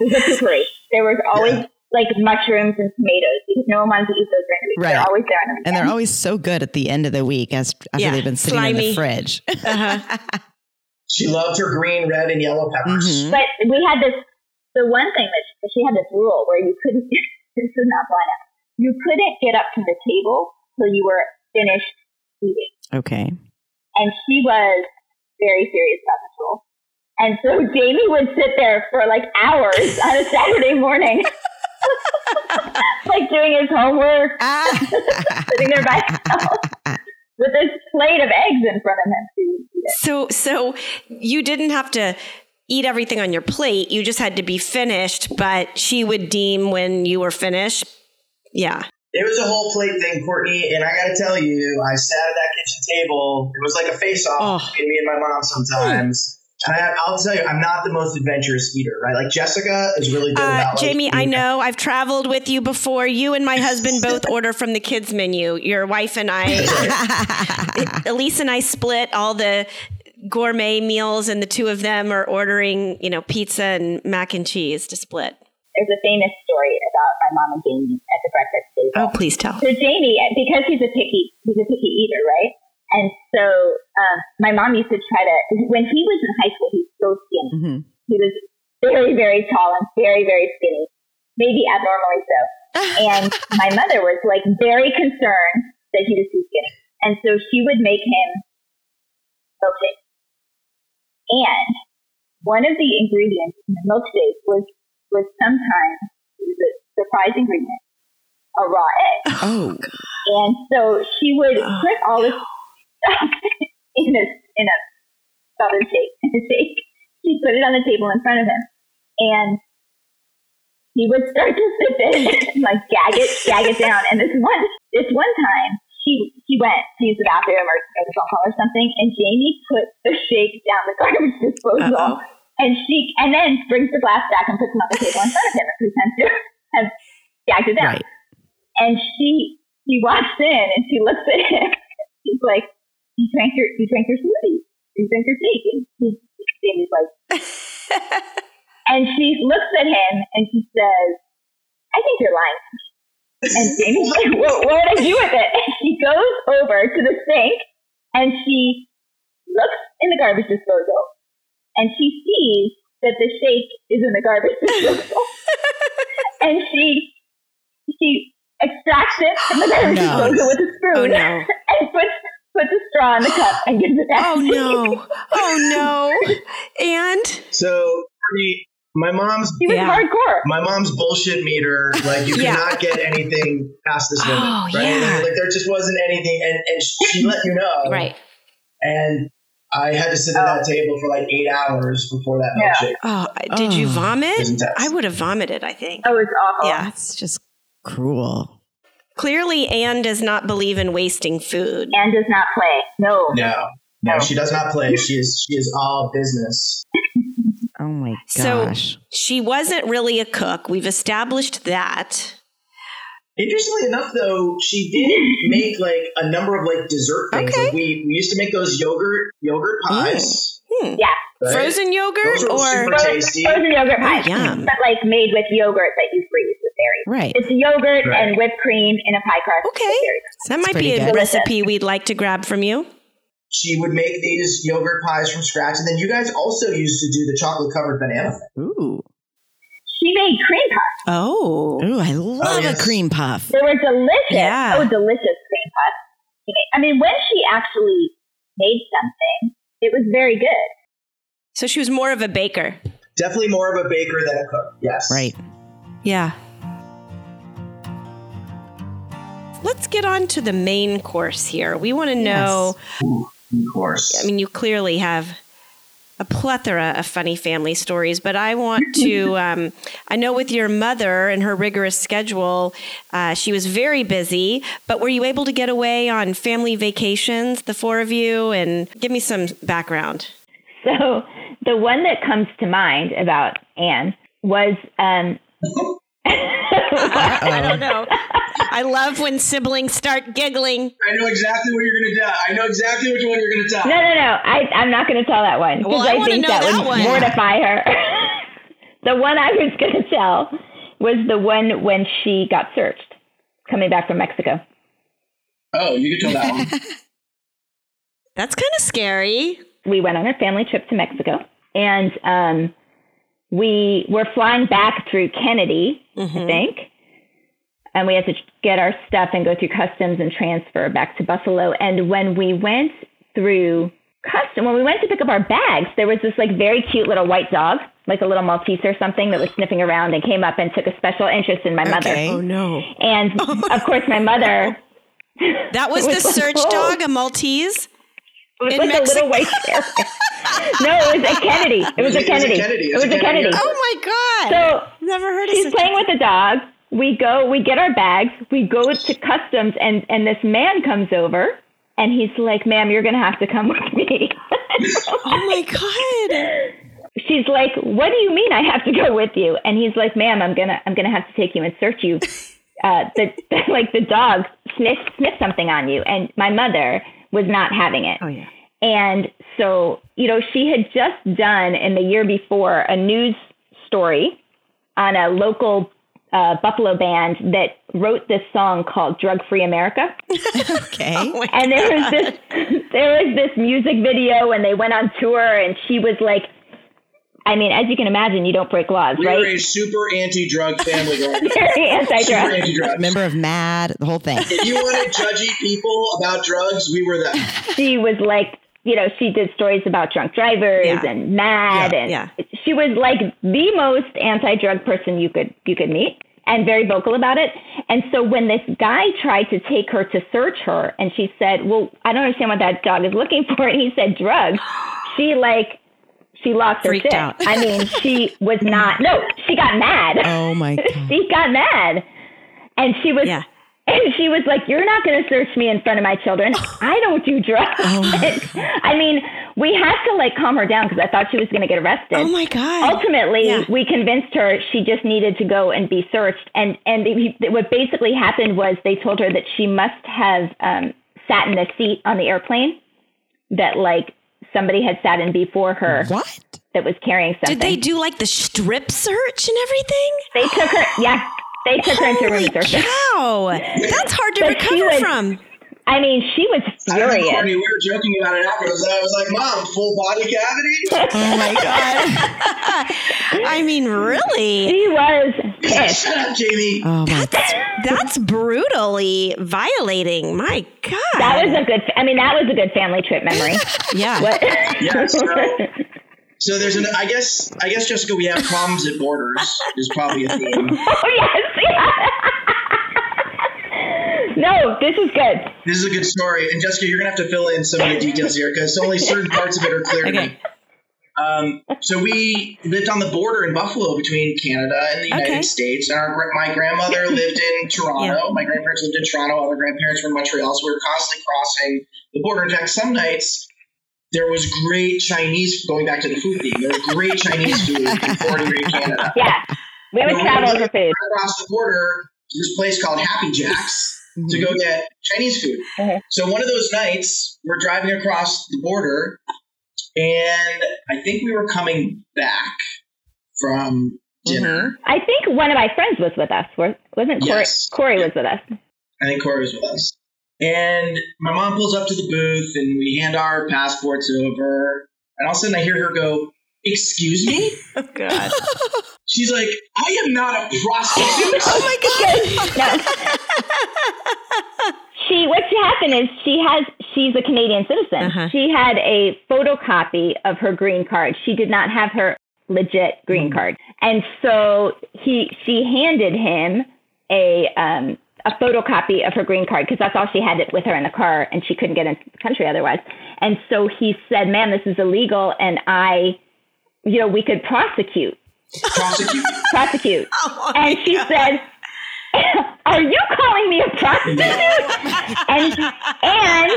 Speaker 6: cookery. There was always like mushrooms and tomatoes because no one wanted to eat those during the week.
Speaker 1: Right.
Speaker 6: They're always there on the
Speaker 1: And
Speaker 6: weekend.
Speaker 1: they're always so good at the end of the week as, after
Speaker 4: Yeah,
Speaker 1: they've been sitting in
Speaker 4: slimy.
Speaker 1: the
Speaker 4: [laughs]
Speaker 1: fridge.
Speaker 4: Uh-huh.
Speaker 5: She loved her green, red, and yellow peppers.
Speaker 1: Mhm.
Speaker 6: But we had this. The one thing that she, she had this rule where you couldn't. [laughs] this is not fun. You couldn't get up from the table till you were finished eating.
Speaker 4: [laughs]
Speaker 1: Okay. [laughs]
Speaker 6: and she was very serious about this rule. And so Jamie would sit there for like hours on a Saturday morning, [laughs] like doing his homework,
Speaker 1: Ah.
Speaker 6: sitting there by himself with this plate of eggs in front of him. to eat it.
Speaker 4: So so you didn't have to eat everything on your plate. You just had to be finished, but she would deem when you were finished. Yeah.
Speaker 5: It was a whole plate thing, Courtney, and I got to tell you, I sat at that kitchen table. It was like a face-off
Speaker 3: Oh.
Speaker 5: between me and my mom sometimes. I, I'll tell you, I'm not the most adventurous eater, right? Like Jessica is really good
Speaker 4: Uh,
Speaker 5: about. like,
Speaker 4: Jamie, I
Speaker 5: being-
Speaker 4: know I've traveled with you before. You and my husband both order from the kids menu. Your wife and I, Elise and I split all the gourmet meals, and the two of them are ordering, you know, pizza and mac and cheese to split.
Speaker 6: There's a famous story about my mom and Jamie at the breakfast table.
Speaker 4: Oh, please
Speaker 6: [laughs]
Speaker 4: tell.
Speaker 6: So Jamie, because he's a picky, he's a picky eater, right? And so um, my mom used to try to. When he was in high school, he was so skinny.
Speaker 1: Mhm.
Speaker 6: He was very, very tall and very, very skinny, maybe abnormally so. And my mother was like very concerned that he was too skinny, and so she would make him milkshake. And one of the ingredients in the milkshake was was sometimes it was a surprise ingredient, a raw egg.
Speaker 1: [laughs] Oh,
Speaker 6: And so she would put all this stuff [laughs] in a in a southern shake. [laughs] In a shake. She'd put it on the table in front of him. And he would start to sip it [laughs] and like gag it, gag it down. And this one this one time she she went to use the bathroom or go to the hall or something and Jamie put the shake down the garbage [laughs] disposal
Speaker 4: Uh-oh.
Speaker 6: and she and then brings the glass back and puts it on the table in front of him and pretends to have gagged it down.
Speaker 1: Right.
Speaker 6: And she she walks in and she looks at him. [laughs] She's like, "You drank your you drank your smoothie. You drank your shake." And he, Jamie's like, and she looks at him and she says, "I think you're lying." to me." And Jamie's like, "What? What would I do with it?" And she goes over to the sink and she looks in the garbage disposal and she sees that the shake is in the garbage
Speaker 4: [laughs]
Speaker 6: disposal. and she she extracts it from the garbage
Speaker 1: No.
Speaker 6: disposal with a spoon
Speaker 4: Oh, no.
Speaker 6: and puts puts a straw in the cup and gives it back.
Speaker 4: Oh
Speaker 6: to me.
Speaker 4: no! Oh no! And
Speaker 5: So, Courtney, my mom's
Speaker 6: She was
Speaker 4: Yeah.
Speaker 6: hardcore.
Speaker 5: my mom's bullshit meter, like you
Speaker 4: [laughs] Yeah.
Speaker 5: cannot get anything past this limit.
Speaker 4: Oh,
Speaker 5: right?
Speaker 4: yeah.
Speaker 5: Like there just wasn't anything and, and she let you know.
Speaker 4: right.
Speaker 5: And I had to sit at that table for like eight hours before that
Speaker 6: Yeah.
Speaker 5: milkshake.
Speaker 4: Oh, did you
Speaker 1: Oh.
Speaker 4: vomit?
Speaker 5: Isn't that-
Speaker 4: I would have vomited. I think.
Speaker 6: Oh, it's awful.
Speaker 4: Yeah.
Speaker 1: that's just cruel.
Speaker 4: Clearly, Anne does not believe in wasting food.
Speaker 6: Anne does not play. No.
Speaker 5: No. No,
Speaker 6: Oh.
Speaker 5: she does not play. She is she is all business.
Speaker 1: Oh my
Speaker 4: So-
Speaker 1: gosh.
Speaker 4: She wasn't really a cook. We've established that.
Speaker 5: Interestingly enough though, she
Speaker 4: [laughs]
Speaker 5: did make like a number of like dessert things.
Speaker 4: Okay.
Speaker 5: Like we, we used to make those yogurt yogurt pies.
Speaker 4: Hmm.
Speaker 6: Yeah.
Speaker 5: right?
Speaker 4: Frozen yogurt
Speaker 5: Those are
Speaker 4: or
Speaker 5: super-
Speaker 6: Frozen,
Speaker 5: tasty.
Speaker 6: frozen yogurt pie.
Speaker 4: yum.
Speaker 6: But like made with yogurt that you freeze with dairy.
Speaker 1: Right.
Speaker 6: It's yogurt
Speaker 5: Right.
Speaker 6: and whipped cream in a pie crust. with
Speaker 4: Okay.
Speaker 6: dairy.
Speaker 4: that might
Speaker 1: pretty
Speaker 4: be a
Speaker 1: good.
Speaker 4: recipe we'd like to grab from you.
Speaker 5: She would make these yogurt pies from scratch, and then you guys also used to do the chocolate covered banana. thing.
Speaker 1: Ooh.
Speaker 6: She made cream puffs.
Speaker 4: Oh.
Speaker 1: Ooh, I love
Speaker 5: yes.
Speaker 1: a cream puff.
Speaker 6: They were delicious.
Speaker 4: Yeah.
Speaker 6: Oh, delicious cream puffs. She made- I mean, when she actually made something, it was very good.
Speaker 4: So she was more of a baker.
Speaker 5: Definitely more of a baker than a cook. Yes.
Speaker 1: Right.
Speaker 4: Yeah. Let's get on to the main course here. We want to know.
Speaker 5: Of course.
Speaker 4: I mean, you clearly have a plethora of funny family stories, but I want to. Um, I know with your mother and her rigorous schedule, uh, she was very busy, but were you able to get away on family vacations, the four of you? And give me some background.
Speaker 6: [laughs] So the one that comes to mind about Anne was um, [laughs]
Speaker 4: I don't know. I love when siblings start giggling.
Speaker 5: I know exactly what you're going to die. I know exactly which one you're going to
Speaker 6: [laughs]
Speaker 5: die.
Speaker 6: No, no, no. I, I'm not going to tell that one
Speaker 4: Well,
Speaker 6: because
Speaker 4: I
Speaker 6: I,
Speaker 4: wanna
Speaker 6: think
Speaker 4: know
Speaker 6: that,
Speaker 4: that
Speaker 6: would
Speaker 4: one.
Speaker 6: mortify her. [laughs] the one I was going to tell was the one when she got searched coming back from Mexico.
Speaker 5: Oh, you can tell that one.
Speaker 4: That's kind of scary.
Speaker 6: We went on a family trip to Mexico and um, we were flying back through Kennedy, I think. And we had to get our stuff and go through customs and transfer back to Buffalo. And when we went through custom, when we went to pick up our bags, there was this like very cute little white dog, like a little Maltese or something, that was sniffing around and came up and took a special interest in my
Speaker 1: Okay.
Speaker 6: mother.
Speaker 1: Oh,
Speaker 4: no.
Speaker 6: And of course, my mother
Speaker 4: That was the
Speaker 6: It was like,
Speaker 4: search
Speaker 6: whoa.
Speaker 4: dog, a Maltese.
Speaker 6: it was
Speaker 4: In
Speaker 6: like
Speaker 4: Mexico.
Speaker 6: a little white [laughs] terrier. no, it was a Kennedy. It was a Kennedy. It was a Kennedy.
Speaker 4: Oh my God.
Speaker 6: So
Speaker 4: Never heard of
Speaker 6: she's
Speaker 4: such
Speaker 6: playing with the dog we go, we get our bags, we go to customs, and and this man comes over, and he's like, "Ma'am, you're gonna have to come with me."
Speaker 3: Oh my god.
Speaker 6: She's like, "What do you mean I have to go with you?" And he's like, "Ma'am, I'm gonna I'm gonna have to take you and search you. Uh, the like the dog sniffed sniffed something on you, and my mother was not having it."
Speaker 3: Oh yeah.
Speaker 6: And so, you know, she had just done in the year before a news story on a local uh, Buffalo band that wrote this song called Drug Free America.
Speaker 1: Okay.
Speaker 6: And there was this there was this music video and they went on tour and she was like I mean, as you can imagine, you don't break laws,
Speaker 5: We were
Speaker 6: right?
Speaker 5: a super anti-drug
Speaker 6: [laughs]
Speaker 5: family growing up.
Speaker 6: Very
Speaker 5: Super
Speaker 6: anti-drug.
Speaker 5: anti-drug.
Speaker 1: Member of Mad, the whole thing.
Speaker 5: If you wanted judgy people about drugs, we were that.
Speaker 6: she was like, you know, she did stories about drunk drivers
Speaker 3: Yeah.
Speaker 6: and mad,
Speaker 3: Yeah,
Speaker 6: and
Speaker 3: yeah.
Speaker 6: she was like the most anti-drug person you could you could meet, and very vocal about it. And so when this guy tried to take her to search her, and she said, "Well, I don't understand what that dog is looking [laughs] for," and he said,
Speaker 3: [gasps]
Speaker 6: "Drugs," she like. She lost her
Speaker 3: Freaked
Speaker 6: shit.
Speaker 3: out.
Speaker 6: I
Speaker 3: [laughs]
Speaker 6: mean, she was not. No, she got mad.
Speaker 1: Oh my god.
Speaker 6: [laughs] She got mad, and she was
Speaker 3: Yeah.
Speaker 6: and she was like, You're not going to search me in front of my children. I don't do drugs.
Speaker 3: Oh.
Speaker 6: [laughs] I mean, we had to like calm her down because I thought she was going to get arrested.
Speaker 3: Oh my god.
Speaker 6: Ultimately,
Speaker 3: Yeah.
Speaker 6: we convinced her she just needed to go and be searched. And, and he- what basically happened was they told her that she must have um, sat in a seat on the airplane that like somebody had sat in before her
Speaker 1: What?
Speaker 6: that was carrying something.
Speaker 3: Did they do like the strip search and everything?
Speaker 6: They took her, yeah, they took her into a room
Speaker 3: Holy
Speaker 6: and searched her.
Speaker 3: cow. Oh, uh, That's hard to
Speaker 6: But she
Speaker 3: recover
Speaker 6: was-
Speaker 3: from.
Speaker 6: I mean, she was
Speaker 5: I remember,
Speaker 6: furious.
Speaker 5: Courtney, we were joking about it afterwards. I was like, "Mom, full body cavity."
Speaker 1: [laughs] Oh my god.
Speaker 3: I mean, really?
Speaker 6: She was
Speaker 5: He's like, [laughs]
Speaker 6: pissed.
Speaker 5: Shut up, Jamie.
Speaker 1: Oh my
Speaker 3: That's that's brutally violating. My god.
Speaker 6: That was a good. I mean, that was a good family trip memory. [laughs]
Speaker 1: yeah.
Speaker 6: What?
Speaker 5: Yeah, so, so there's an. I guess. I guess Jessica, we have problems at borders. Is probably a theme.
Speaker 6: oh yes. [laughs] no, this is good.
Speaker 5: This is a good story, and Jessica, you're gonna have to fill in some of the details here because only certain parts of it are clear to me.
Speaker 1: Okay.
Speaker 5: Um, so we lived on the border in Buffalo between Canada and the United
Speaker 3: Okay.
Speaker 5: States, and our, gra- my grandmother lived in Toronto.
Speaker 3: Yeah.
Speaker 5: My grandparents lived in Toronto. Other grandparents were in Montreal, so we were constantly crossing the border. In fact, some nights there was great Chinese. Going back to the food theme, there was great Chinese food in Fort Erie, Canada.
Speaker 6: Yeah, we would
Speaker 5: No,
Speaker 6: travel
Speaker 5: we-
Speaker 6: over food.
Speaker 5: across the border to this place called Happy
Speaker 6: [laughs]
Speaker 5: Jacks to go get Chinese food.
Speaker 6: Mhm.
Speaker 5: So one of those nights, we're driving across the border, and I think we were coming back from dinner.
Speaker 6: I think one of my friends was with us. Wa- Wasn't Corey?
Speaker 5: Yes.
Speaker 6: Corey was with us. Mm-hmm.
Speaker 5: I think Corey was with us. And my mom pulls up to the booth, and we hand our passports over. And all of a sudden, I hear her go, "Excuse me."
Speaker 4: Oh, God.
Speaker 5: She's like, "I am not a prostitute."
Speaker 6: Oh [laughs] my goodness! no. She what she happened is she has she's a Canadian citizen.
Speaker 3: Uh-huh.
Speaker 6: She had a photocopy of her green card. She did not have her legit green card, and so he she handed him a um, a photocopy of her green card because that's all she had it with her in the car, and she couldn't get into the country otherwise. And so he said, "Ma'am, this is illegal," and I, you know, we could prosecute
Speaker 5: prostitute. [laughs]
Speaker 6: prosecute.
Speaker 5: Oh
Speaker 6: and she said, [laughs] "Are you calling me a prostitute?"
Speaker 5: [laughs]
Speaker 6: and and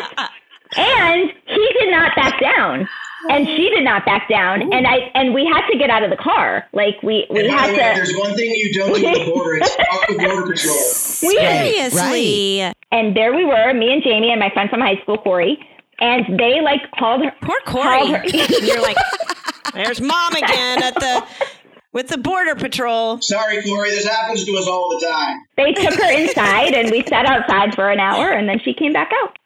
Speaker 6: and he did not back down. And she did not back down. And I and we had to get out of the car. Like we we
Speaker 5: And by
Speaker 6: had
Speaker 5: the way, if
Speaker 6: to
Speaker 5: there's one thing you don't do at the border, it's fuck with border patrol.
Speaker 6: we
Speaker 3: Seriously.
Speaker 6: and there we were, me and Jamie and my friend from high school, Corey, and they like called her
Speaker 3: Poor Corey.
Speaker 6: called her
Speaker 3: [laughs] You're like, there's mom again at the with the border patrol.
Speaker 5: Sorry, Corey, this happens to us all the time.
Speaker 6: they took her inside and we sat outside for an hour and then she came back out.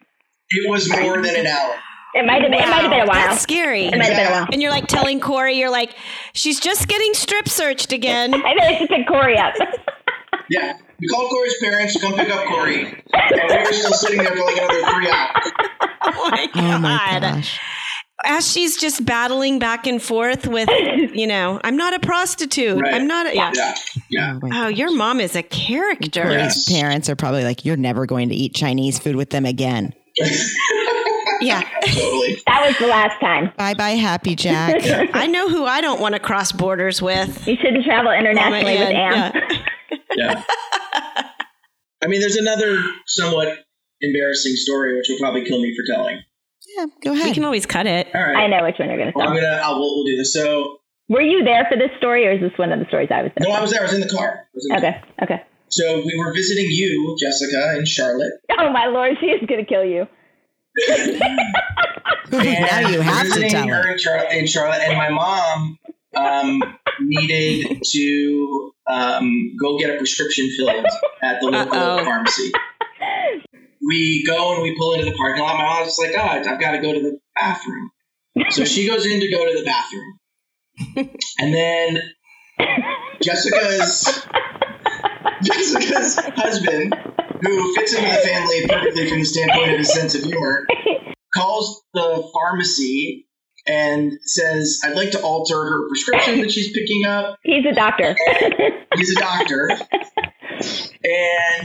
Speaker 5: It was more than an hour.
Speaker 6: It might have it might have been a
Speaker 3: Wow,
Speaker 6: while.
Speaker 3: That's scary.
Speaker 6: It might have been a while.
Speaker 3: And you're like telling Corey, you're like, she's just getting strip searched again. [laughs]
Speaker 6: I think I should pick Corey up. [laughs]
Speaker 5: Yeah. We called Corey's parents to come pick up Corey. And we were still sitting there for like another three hours.
Speaker 3: Oh my god.
Speaker 1: Oh my gosh.
Speaker 3: As she's just battling back and forth with, you know, I'm not a prostitute.
Speaker 5: Right.
Speaker 3: I'm not a, yeah.
Speaker 5: Yeah. Yeah.
Speaker 1: Oh my
Speaker 3: Oh, your mom is a
Speaker 5: [laughs]
Speaker 3: character.
Speaker 5: Yes.
Speaker 1: parents are probably like, you're never going to eat Chinese food with them again.
Speaker 3: Yeah.
Speaker 5: Totally.
Speaker 6: that was the last time.
Speaker 1: Bye bye, Happy Jack.
Speaker 3: I know who I don't want to cross borders with.
Speaker 6: You shouldn't travel
Speaker 3: Mama
Speaker 4: Oh
Speaker 6: internationally with
Speaker 3: Ann,
Speaker 6: Anne.
Speaker 3: yeah.
Speaker 5: yeah. I mean, there's another somewhat embarrassing story, which will probably kill me for telling.
Speaker 1: Yeah, go
Speaker 4: We
Speaker 1: ahead.
Speaker 4: can always cut
Speaker 5: [laughs]
Speaker 4: it.
Speaker 5: All
Speaker 6: I
Speaker 5: right.
Speaker 6: know which one you're going to
Speaker 5: Well, I'm
Speaker 6: tell.
Speaker 5: gonna. I'll, we'll, we'll do this. So,
Speaker 6: Were you there for this story, or is this one of the stories I was there?
Speaker 5: no, I was there. I was in the car. I was in the
Speaker 6: Okay, okay.
Speaker 5: So we were visiting you, Jessica, in Charlotte.
Speaker 6: Oh my lord, she is going to kill you.
Speaker 1: now you have to
Speaker 5: visiting
Speaker 1: tell
Speaker 5: her [laughs]
Speaker 1: her.
Speaker 5: in Charlotte, in Charlotte, and my mom um, needed to um, go get a prescription filled at the local
Speaker 4: Uh-oh.
Speaker 5: pharmacy. We go and we pull into the parking lot. My mom's like, "Oh, I've got to go to the bathroom." So she goes in to go to the bathroom, and then Jessica's Jessica's husband, who fits into the family perfectly from the standpoint of his sense of humor, calls the pharmacy and says, I'd like to alter her prescription that she's picking up.
Speaker 6: He's
Speaker 5: [laughs]
Speaker 6: a doctor.
Speaker 5: He's a doctor. and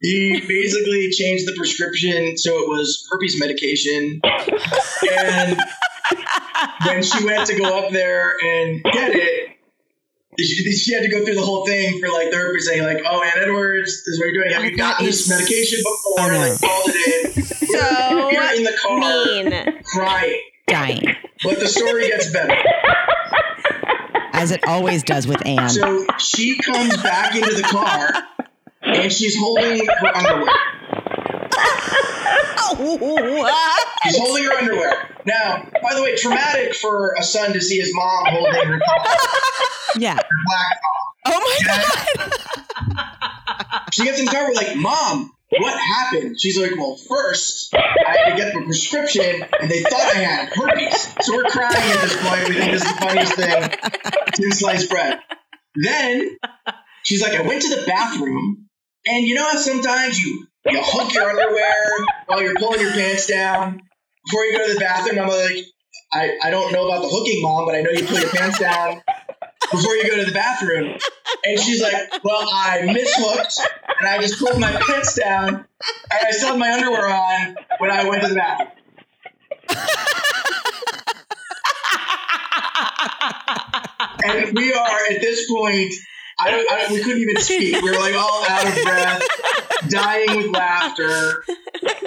Speaker 5: he basically changed the prescription so it was herpes medication. And when she went to go up there and get it, she, she had to go through the whole thing for like the herpes saying like, "Oh, Ann Edwards, this is what you're doing. Have you gotten this medication before?"
Speaker 1: I know.
Speaker 5: Like called it in.
Speaker 4: So
Speaker 5: You're in the car
Speaker 4: mean.
Speaker 5: crying,
Speaker 1: Dying,
Speaker 5: but the story gets better.
Speaker 1: as it always does with Anne.
Speaker 5: So she comes back into the car and she's holding
Speaker 1: [laughs]
Speaker 5: her underwear. She's holding her underwear. Now, by the way, traumatic for a son to see his mom holding her thong, her
Speaker 1: Yeah.
Speaker 5: black
Speaker 1: Oh my God.
Speaker 5: thong. She gets in the car. We're like, "Mom, what happened?" She's like, "Well, first I had to get the prescription, and they thought I had herpes." So we're crying at this point. We think this is the funniest thing since sliced bread. Then she's like, "I went to the bathroom, and you know how sometimes you you hook your underwear while you're pulling your pants down before you go to the bathroom." I'm like, "I I don't know about the hooking, mom, but I know you pull your pants down." Before you go to the bathroom, and she's like, "Well, I mishooked, and I just pulled my pants down, and I still had my underwear on when I went to the bathroom." And we are at this point. I don't, I, we couldn't even speak. We were like all out of breath, dying with laughter.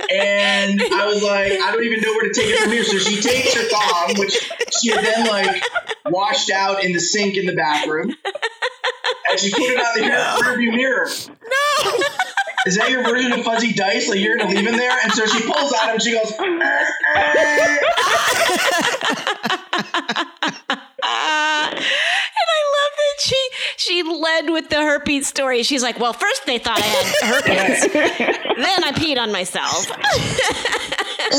Speaker 5: And I was like, I don't even know where to take it from here. So she takes her thong, which she had then like washed out in the sink in the bathroom, and she put it on the rearview mirror. No. Is that your version of fuzzy dice? Like you're gonna leave him there? And so she pulls out him. She goes. "Eh, eh."
Speaker 4: Uh, and I love that she she led with the herpes story. She's like, "Well, first they thought I had herpes, then I peed on myself."
Speaker 5: So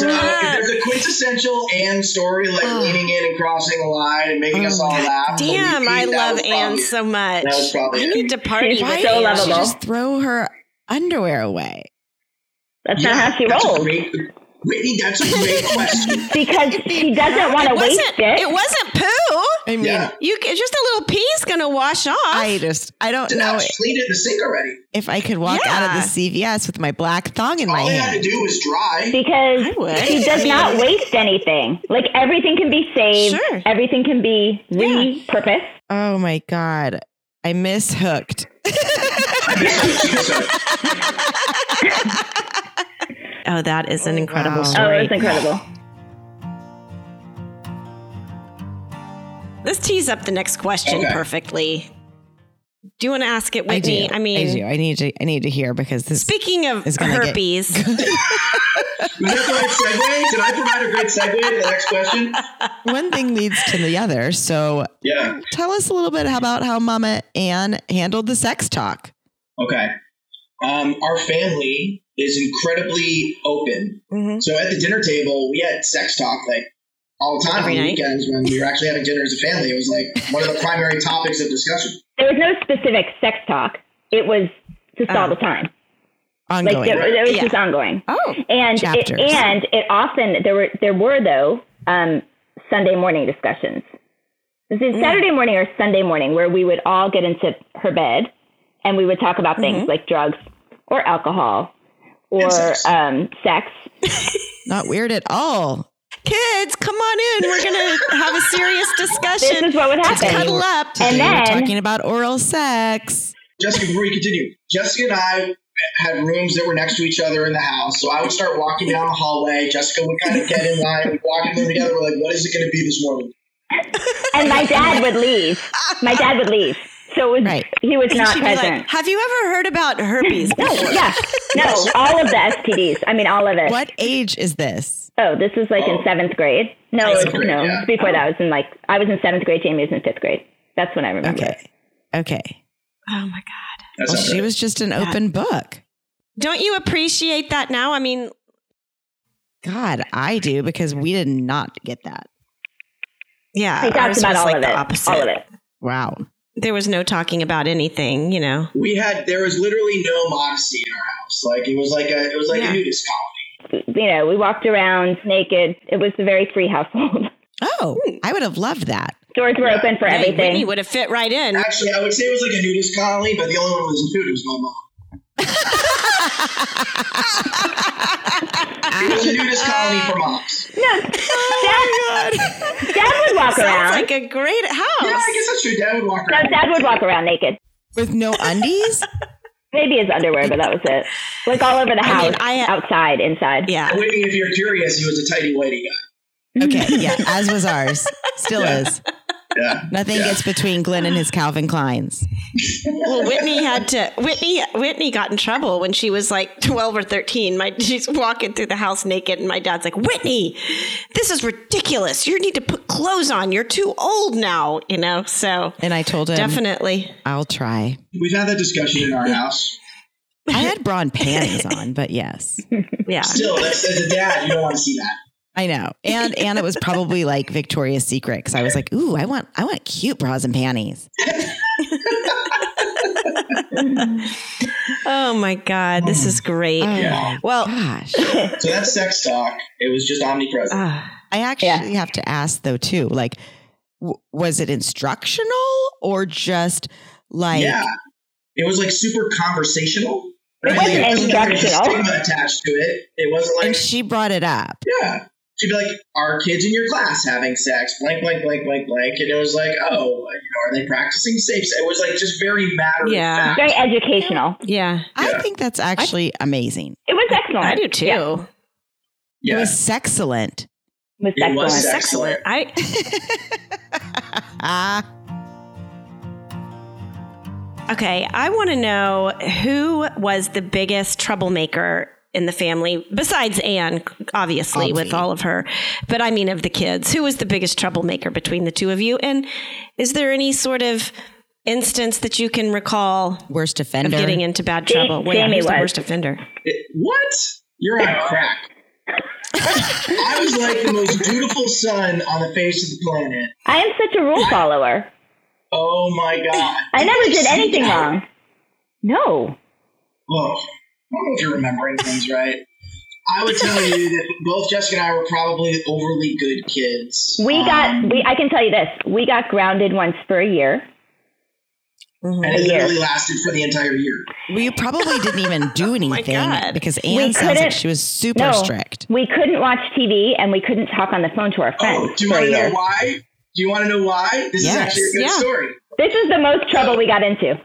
Speaker 4: Uh-huh.
Speaker 5: if there's a quintessential Anne story, like leaning in and crossing a line and making us all laugh.
Speaker 4: Damn,
Speaker 5: believe me,
Speaker 4: I
Speaker 5: that
Speaker 4: love
Speaker 5: was probably-
Speaker 4: Anne so much.
Speaker 5: that was probably
Speaker 4: I
Speaker 5: it.
Speaker 4: need to party.
Speaker 6: She's
Speaker 4: with
Speaker 6: so
Speaker 4: Anne.
Speaker 1: She
Speaker 6: lovable.
Speaker 1: just throw her underwear away.
Speaker 6: That's
Speaker 5: Yeah,
Speaker 6: not how she
Speaker 5: that's a
Speaker 6: rolls.
Speaker 5: great- Whitney, that's a
Speaker 4: [laughs]
Speaker 5: great question.
Speaker 6: Because she doesn't want to
Speaker 4: It
Speaker 6: waste
Speaker 4: wasn't.
Speaker 6: it.
Speaker 4: It wasn't poo.
Speaker 1: I mean,
Speaker 5: Yeah.
Speaker 4: You c- just a little pee's gonna wash off.
Speaker 1: I just, I don't
Speaker 5: Did I
Speaker 1: know
Speaker 5: just cleaned it in the sink already?
Speaker 1: if I could walk out of the CVS with my black thong in my
Speaker 5: All I had to
Speaker 1: hand.
Speaker 5: do was dry.
Speaker 6: because
Speaker 1: I would.
Speaker 6: she does not waste anything. Like everything can be saved,
Speaker 4: Sure.
Speaker 6: everything can be repurposed.
Speaker 1: Oh my God. I mishooked.
Speaker 4: oh, that is an incredible
Speaker 1: wow.
Speaker 6: Oh,
Speaker 4: story.
Speaker 6: it's incredible.
Speaker 4: This tees up the next question
Speaker 5: Okay.
Speaker 4: perfectly. Do you want to ask it,
Speaker 1: I
Speaker 4: Whitney?
Speaker 1: do.
Speaker 4: I mean,
Speaker 1: I do. I need to, I need to hear because this,
Speaker 4: speaking of
Speaker 1: It's gonna get-
Speaker 4: herpes,
Speaker 5: Was that the right segue? Did I provide a great segue to the next question?
Speaker 1: one thing leads to the other. So
Speaker 5: Yeah.
Speaker 1: tell us a little bit about how Mama Ann handled the sex talk.
Speaker 5: Okay. Um, our family is incredibly open.
Speaker 4: Mm-hmm.
Speaker 5: So at the dinner table, we had sex talk like all the time
Speaker 4: Every
Speaker 5: on
Speaker 4: night.
Speaker 5: weekends when we were actually having dinner as a family. It was like one of the primary topics of discussion.
Speaker 6: There was no specific sex talk. It was just all the time. Like
Speaker 1: Ongoing.
Speaker 6: there, it was just ongoing.
Speaker 1: [laughs] oh.
Speaker 6: and it,
Speaker 1: Chapters.
Speaker 6: and it often there were there were though um, Sunday morning discussions. This
Speaker 4: Mm.
Speaker 6: is Saturday morning or Sunday morning where we would all get into her bed and we would talk about
Speaker 4: Mm-hmm.
Speaker 6: things like drugs or alcohol or
Speaker 5: sex.
Speaker 6: Um, sex.
Speaker 1: Not weird at all.
Speaker 4: kids, come on in. We're going to have a serious
Speaker 6: [laughs] This
Speaker 4: discussion.
Speaker 6: is what would
Speaker 4: Just
Speaker 1: Today
Speaker 6: happen.
Speaker 4: cuddle
Speaker 1: we're-
Speaker 4: up.
Speaker 1: Today
Speaker 6: And
Speaker 1: we're
Speaker 6: then-
Speaker 1: talking about oral sex.
Speaker 5: Jessica, before you continue, Jessica and I had rooms that were next to each other in the house. So I would start walking down the hallway. Jessica would kind of get in line. We'd walk in there together. We're like, what is it going to be this morning?
Speaker 6: And my dad would leave. My dad would leave. So it was,
Speaker 1: Right.
Speaker 6: he was not
Speaker 4: She'd be
Speaker 6: present.
Speaker 4: like, have you ever heard about herpes?
Speaker 6: no, yeah. No, all of the STDs. I mean, all of it.
Speaker 1: What age is this?
Speaker 6: Oh, this was like in seventh grade. No,
Speaker 5: Seventh
Speaker 6: it's-
Speaker 5: grade,
Speaker 6: no.
Speaker 5: yeah.
Speaker 6: it's Before
Speaker 4: Oh.
Speaker 6: that, I was in like I was in seventh grade. Jamie was in fifth grade. That's when I remember. it.
Speaker 1: Okay. Okay.
Speaker 4: Oh my God.
Speaker 5: That's
Speaker 1: Well,
Speaker 5: not
Speaker 1: she
Speaker 5: right.
Speaker 1: was just an open book.
Speaker 4: Don't you appreciate that now? I mean,
Speaker 1: God, I do because we did not get that.
Speaker 4: yeah.
Speaker 6: He
Speaker 4: ours
Speaker 6: talked about
Speaker 4: was
Speaker 6: all
Speaker 4: like
Speaker 6: of
Speaker 4: the
Speaker 6: it.
Speaker 4: opposite.
Speaker 6: All of it.
Speaker 1: Wow.
Speaker 4: There was no talking about anything, you know.
Speaker 5: we had there was literally no modesty in our house. Like it was like a it was like
Speaker 4: Yeah.
Speaker 5: a nudist colony.
Speaker 6: You know, we walked around naked. It was a very free household. [laughs]
Speaker 1: Oh, I would have loved that.
Speaker 6: Doors were open for
Speaker 4: Yeah, Whitney
Speaker 6: everything.
Speaker 4: would have fit right in.
Speaker 5: Actually, I would say it was like a nudist colony, but the only one who was nude was my mom. it was a nudist colony for moms.
Speaker 6: Dad would walk
Speaker 4: Sounds
Speaker 6: around.
Speaker 4: like a great house.
Speaker 5: Yeah, I guess that's true. Dad would walk
Speaker 6: no,
Speaker 5: around.
Speaker 6: Dad would walk around naked.
Speaker 1: With no undies?
Speaker 6: Maybe his underwear, but that was it. Like all over the house,
Speaker 4: mean, I- uh,
Speaker 6: outside, inside.
Speaker 4: yeah.
Speaker 5: Whitney, if you're curious, he was a tidy whitey guy.
Speaker 1: Okay, yeah, as was ours. Still is.
Speaker 5: Yeah.
Speaker 1: Nothing gets between Glenn and his Calvin Kleins.
Speaker 4: Well, Whitney had to. Whitney Whitney got in trouble when she was like twelve or thirteen. My she's walking through the house naked, and my dad's like, "Whitney, this is ridiculous. You need to put clothes on. You're too old now." You know, so
Speaker 1: And I told him,
Speaker 4: definitely.
Speaker 1: I'll try.
Speaker 5: We've had that discussion in our house.
Speaker 1: I had bra and panties on, but yes,
Speaker 4: Yeah.
Speaker 5: Still, that's, as a dad, you don't want to see that.
Speaker 1: I know. And and it was probably like Victoria's Secret because I was like, ooh, I want I want cute bras and panties.
Speaker 4: [laughs] Oh my God, this is great.
Speaker 5: Yeah.
Speaker 4: well,
Speaker 1: Gosh,
Speaker 5: So that's sex talk. It was just omnipresent.
Speaker 4: ah,
Speaker 1: I actually have to ask though too. Like, w- was it instructional or just like?
Speaker 5: yeah. It was like super conversational. Right?
Speaker 6: wasn't
Speaker 5: Like, there was a
Speaker 6: instructional.
Speaker 5: stigma attached to it. It wasn't like
Speaker 1: And she brought it up.
Speaker 5: Yeah. She'd be like, are kids in your class having sex? Blank, blank, blank, blank, blank. And it was like, oh, you know, are they practicing safe sex? It was like just very matter
Speaker 4: Yeah.
Speaker 5: of fact.
Speaker 6: Very educational.
Speaker 4: yeah,
Speaker 1: I think that's actually amazing.
Speaker 6: It was excellent.
Speaker 4: I do too.
Speaker 6: Yeah,
Speaker 1: It
Speaker 5: Yeah.
Speaker 1: was sexcellent.
Speaker 6: it was
Speaker 5: It
Speaker 6: excellent.
Speaker 5: was
Speaker 4: It's
Speaker 5: sex-
Speaker 4: excellent. I
Speaker 1: Ah.
Speaker 4: Okay, I want to know who was the biggest troublemaker in the family besides Anne, obviously, with all of her. But I mean, of the kids, who was the biggest troublemaker between the two of you? And is there any sort of instance that you can recall
Speaker 1: worst
Speaker 4: of
Speaker 1: offender.
Speaker 4: getting into bad trouble?
Speaker 6: Jamie
Speaker 4: who's the
Speaker 6: was.
Speaker 4: worst offender?
Speaker 5: It- what? You're on crack.
Speaker 1: [laughs]
Speaker 5: I was like the most dutiful son on the face of the planet.
Speaker 6: I am such a rule follower.
Speaker 5: Oh my God.
Speaker 6: I never did
Speaker 4: [laughs]
Speaker 6: anything wrong. No.
Speaker 5: Look, I don't know if you're remembering things right. I would tell you that both Jessica and I were probably overly good kids.
Speaker 6: We
Speaker 5: Um,
Speaker 6: got we I can tell you this. We got grounded once for a year.
Speaker 4: Mm-hmm.
Speaker 5: and it
Speaker 6: year.
Speaker 5: literally lasted for the entire year.
Speaker 1: we probably didn't even
Speaker 6: [laughs]
Speaker 1: do anything
Speaker 4: God.
Speaker 1: because
Speaker 6: Oh We
Speaker 1: Anne sounds
Speaker 6: couldn't-
Speaker 1: like she was super
Speaker 6: No.
Speaker 1: strict.
Speaker 6: We couldn't watch TV and we couldn't talk on the phone to our friends
Speaker 5: Oh, do you
Speaker 6: for
Speaker 5: want
Speaker 6: a
Speaker 5: to
Speaker 6: year.
Speaker 5: know why? Do you want to know why? This
Speaker 1: Yes.
Speaker 5: is actually a good
Speaker 4: Yeah.
Speaker 5: story.
Speaker 6: This is the most trouble we got into.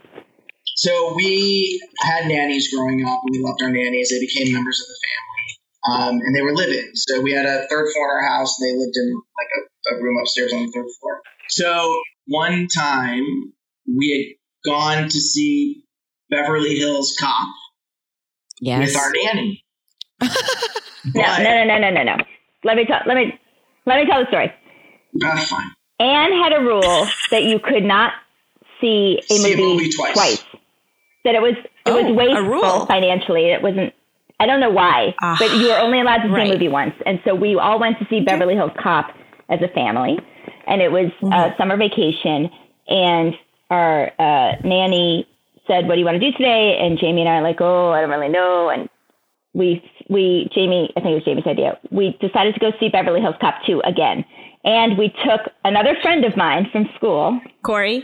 Speaker 5: So we had nannies growing up, and we loved our nannies. They became members of the family, um, and they were living. So we had a third floor in our house, and they lived in like a, a room upstairs on the third floor. So one time we had gone to see Beverly Hills Cop
Speaker 1: Yes.
Speaker 5: with our nanny.
Speaker 6: No,
Speaker 5: Why?
Speaker 6: no, no, no, no, no, no. Let me tell let me let me tell the story.
Speaker 5: Ah, fine.
Speaker 6: Anne had a rule that you could not see a
Speaker 5: See a
Speaker 6: movie,
Speaker 5: movie twice.
Speaker 6: That it was it was wasteful
Speaker 4: Oh, rule. Ah,
Speaker 6: financially. It wasn't. I don't know why, but you were only allowed to see
Speaker 4: right.
Speaker 6: a movie once, and so we all went to see Beverly Hills Cop as a family, and it was
Speaker 4: Mm-hmm.
Speaker 6: uh, summer vacation, and our uh, nanny said, "What do you want to do today?" And Jamie and I are like, "Oh, I don't really know," and we we Jamie, I think it was Jamie's idea. We decided to go see Beverly Hills Cop 2 again. And we took another friend of mine from school,
Speaker 4: Corey?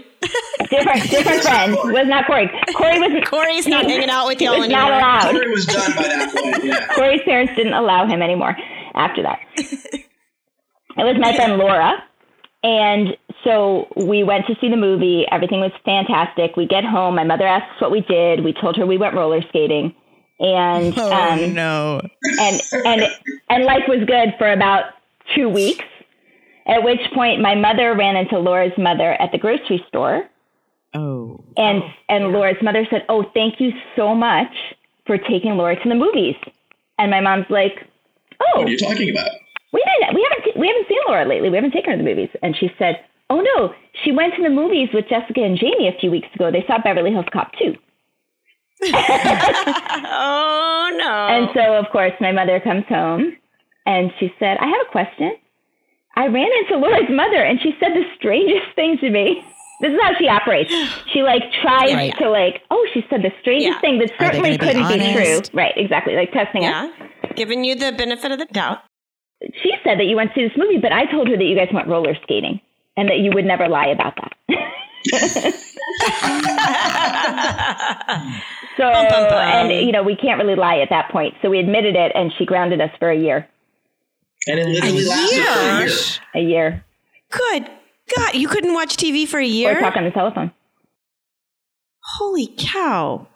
Speaker 6: different different friend,
Speaker 1: [laughs]
Speaker 6: was not Corey. Corey was
Speaker 4: Corey's not hanging out with
Speaker 6: he
Speaker 4: y'all
Speaker 6: was not
Speaker 4: anymore.
Speaker 6: allowed.
Speaker 5: Story was done by that point. Yeah.
Speaker 1: [laughs]
Speaker 6: Corey's parents didn't allow him anymore after that. It was my friend Laura. And so we went to see the movie. Everything was fantastic. We get home. My mother asks what we did. We told her we went roller skating. And
Speaker 1: Oh
Speaker 6: um,
Speaker 1: no.
Speaker 6: and and and life was good for about two weeks. At which point, my mother ran into Laura's mother at the grocery store,
Speaker 1: Oh.
Speaker 6: and and Laura's mother said, "Oh, thank you so much for taking Laura to the movies." And my mom's like, [laughs] "Oh,
Speaker 5: What are you talking about?
Speaker 6: we didn't. We haven't. We haven't seen Laura lately. We haven't taken her to the movies." And she said, "Oh no, she went to the movies with Jessica and Jamie a few weeks ago. They saw Beverly Hills Cop 2.
Speaker 4: Oh no.
Speaker 6: And so, of course, my mother comes home and she said, I have a question. I ran into Laura's mother and she said the strangest thing to me. [laughs] This is how she operates. She like tries
Speaker 1: Right.
Speaker 6: to like, oh, she said the strangest
Speaker 4: Yeah.
Speaker 6: thing that
Speaker 1: Are they
Speaker 6: certainly
Speaker 1: gonna be
Speaker 6: couldn't be true.
Speaker 1: honest?
Speaker 6: Right, exactly. Like testing us.
Speaker 4: yeah. Giving you the benefit of the doubt.
Speaker 6: She said that you went to see this movie, but I told her that you guys went roller skating and that you would never lie about that. [laughs] so,
Speaker 4: bum, bum.
Speaker 6: and you know, we can't really lie at that point. So we admitted it and she grounded us for a year.
Speaker 5: And it literally lasted for a year.
Speaker 4: Gosh.
Speaker 6: A year.
Speaker 4: Good God. You couldn't watch TV for a
Speaker 6: Or
Speaker 4: year?
Speaker 6: talk on the telephone.
Speaker 4: Holy cow.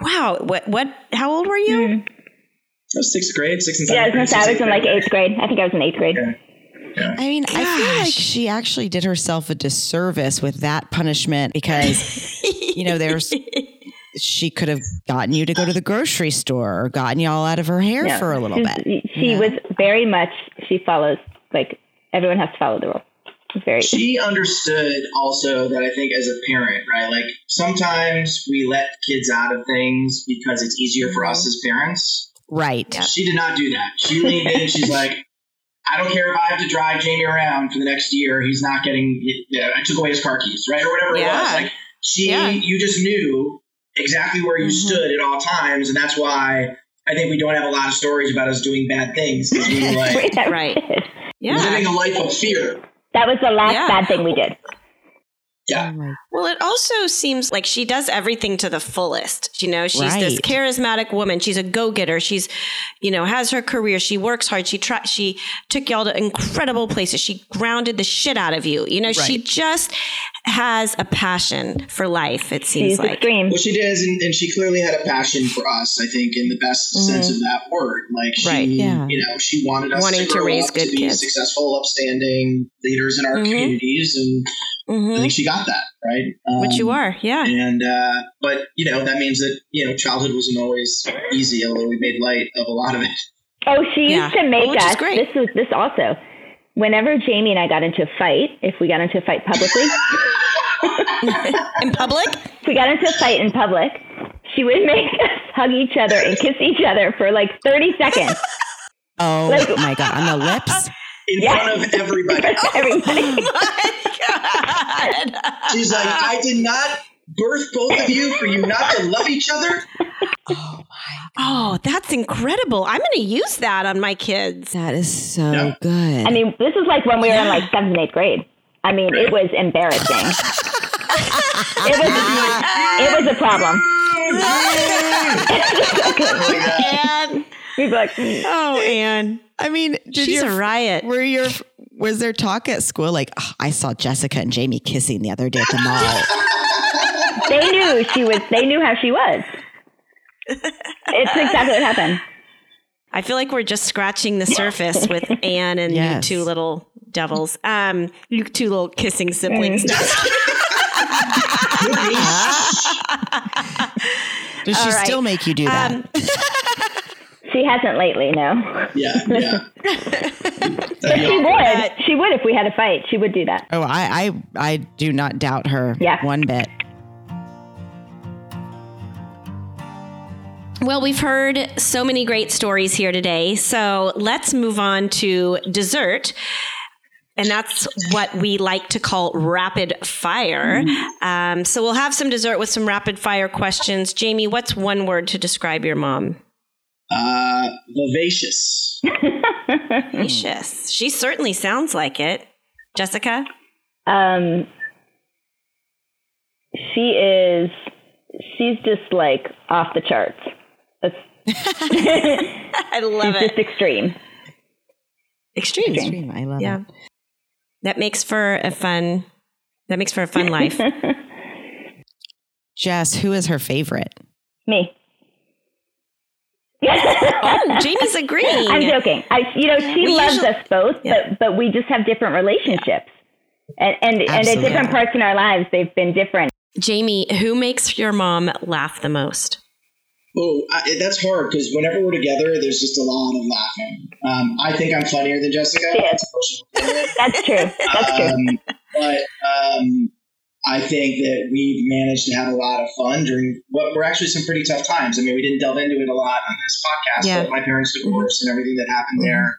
Speaker 4: Wow. What, what, how old were you?
Speaker 1: Mm.
Speaker 5: That was sixth grade, sixth and
Speaker 6: Yeah, I
Speaker 5: seventh grade.
Speaker 6: was gonna say I was
Speaker 5: sixth
Speaker 6: in
Speaker 5: and
Speaker 6: like
Speaker 5: seventh
Speaker 6: eighth grade. I think I was in eighth grade.
Speaker 5: grade.
Speaker 1: I mean, I feel like
Speaker 4: Gosh.
Speaker 1: she actually did herself a disservice with that punishment
Speaker 6: [laughs]
Speaker 1: because, you know, there's she could have gotten you to go to the grocery store or gotten y'all out of her hair
Speaker 6: Yeah. Mm-hmm.
Speaker 1: for a little
Speaker 6: She's-
Speaker 1: bit.
Speaker 6: She
Speaker 1: Yeah.
Speaker 6: was very much. She follows like everyone has to follow the rules. It's very.
Speaker 5: She understood also that I think as a parent, right? Like sometimes we let kids out of things because it's easier for
Speaker 4: Mm-hmm.
Speaker 5: us as parents.
Speaker 1: Right.
Speaker 5: She did not do that. She leaned
Speaker 4: [laughs]
Speaker 5: in. She's like, I don't care if I have to drive Jamie around for the next year. He's not getting. You know, I took away his car keys, right, or whatever it was.
Speaker 4: Yeah.
Speaker 5: Like she,
Speaker 4: Yeah. Mm-hmm.
Speaker 5: you just knew exactly where you stood at all times, and that's why I think we don't have a lot of stories about us doing bad things because we were like
Speaker 6: [laughs] that,
Speaker 4: Right.
Speaker 5: living
Speaker 4: [laughs] Yeah.
Speaker 5: a life of fear.
Speaker 6: that was the last
Speaker 4: Yeah.
Speaker 6: bad thing we did.
Speaker 5: Yeah.
Speaker 4: Well, it also seems like she does everything to the fullest. You know, she's this
Speaker 1: Right.
Speaker 4: charismatic woman. She's a go-getter. She's, you know, has her career. She works hard. She try, she took y'all to incredible places. She grounded the shit out of you. You know, she just has a passion for life. It seems
Speaker 6: She's
Speaker 4: like.
Speaker 6: extreme.
Speaker 5: Well, she does, and, and she clearly had a passion for us. I think, in the best sense of that word, like she,
Speaker 4: Mm-hmm. Right,
Speaker 1: yeah.
Speaker 5: you know, she wanted us
Speaker 4: Wanting
Speaker 5: to,
Speaker 4: to
Speaker 5: grow
Speaker 4: raise
Speaker 5: up
Speaker 4: good
Speaker 5: to be
Speaker 4: kids. Mm-hmm.
Speaker 5: successful, upstanding leaders in our communities, and I
Speaker 4: Mhm.
Speaker 5: think she got that right. Um,
Speaker 4: Which you are, yeah.
Speaker 5: And uh, but you know that means that you know childhood wasn't always easy, although we made light of a lot of it. [laughs]
Speaker 6: Oh, she used
Speaker 4: Yeah.
Speaker 6: to make
Speaker 4: Which is
Speaker 6: us.
Speaker 4: great.
Speaker 6: This was this also. Whenever Jamie and I got into a fight, if we got into a fight publicly, if
Speaker 4: In public,
Speaker 6: we got into a fight in public, she would make [laughs] us hug each other and kiss each other for like 30 seconds.
Speaker 1: Oh
Speaker 6: Like-
Speaker 1: my god, on the
Speaker 6: [laughs]
Speaker 1: lips.
Speaker 5: In
Speaker 6: Yes.
Speaker 5: front
Speaker 4: [laughs]
Speaker 5: of everybody,
Speaker 6: Everybody.
Speaker 5: she's like, "I did not birth both of you for you not to love each other."
Speaker 4: oh, that's incredible. I'm going to use that on my kids.
Speaker 1: That is so
Speaker 5: Yeah.
Speaker 1: good.
Speaker 6: I mean, this is like when we were in like seventh and eighth grade. I mean, it was embarrassing. it was it was a problem.
Speaker 4: And
Speaker 6: We'd be like, mm.
Speaker 4: [laughs] oh, Anne,
Speaker 1: I mean, did
Speaker 4: she's
Speaker 1: your
Speaker 4: a riot.
Speaker 1: were your was there talk at school like "Oh, I saw Jessica and Jamie kissing the other day at the
Speaker 4: [laughs]
Speaker 1: mall?
Speaker 6: they knew she was. They knew how she was. It's exactly what happened.
Speaker 4: I feel like we're just [laughs] scratching the surface with Anne and
Speaker 1: Yes.
Speaker 4: you two little devils. Um, you two little kissing [laughs] siblings.
Speaker 1: Does she
Speaker 4: All right.
Speaker 1: still make you do that?
Speaker 4: Um,
Speaker 6: She hasn't lately, no.
Speaker 5: Yeah, yeah.
Speaker 4: [laughs]
Speaker 6: But she would. She would if we had a fight. She would do that.
Speaker 1: oh, I, I I do not doubt her
Speaker 6: Yeah.
Speaker 1: one bit.
Speaker 4: Well, we've heard so many great stories here today. So let's move on to dessert. And that's what we like to call rapid fire. Um, so we'll have some dessert with some rapid fire questions. Jamie, what's one word to describe your mom?
Speaker 5: Uh, vivacious.
Speaker 4: Gracious. She certainly sounds like it. Jessica?
Speaker 6: Um, she is. She's just like off the charts. It's
Speaker 4: [laughs] I love it.
Speaker 6: just extreme.
Speaker 4: Extreme.
Speaker 1: Extreme. I love
Speaker 4: Yeah.
Speaker 1: it.
Speaker 4: That makes for a fun that makes for a fun life.
Speaker 1: Jess, who is her favorite?
Speaker 6: Me.
Speaker 4: oh, Jamie's agreeing.
Speaker 6: I'm joking. I, you know, she
Speaker 4: We
Speaker 6: loves
Speaker 4: usually-
Speaker 6: us both,
Speaker 4: Yeah.
Speaker 6: but but we just have different relationships, and and, and at
Speaker 1: Absolutely.
Speaker 6: different parts in our lives, they've been different.
Speaker 4: Jamie, who makes your mom laugh the most?
Speaker 5: Oh, I, that's hard because whenever we're together, there's just a lot of laughing. Um, I think I'm funnier than Jessica.
Speaker 6: Yeah.
Speaker 5: That's a personal opinion.
Speaker 6: That's true.
Speaker 4: [laughs]
Speaker 6: That's true.
Speaker 5: um, but um, I think that we've managed to have a lot of fun during what were actually some pretty tough times. I mean, we didn't delve into it a lot on this podcast,
Speaker 4: Yeah.
Speaker 5: but my parents' divorce and everything that happened there.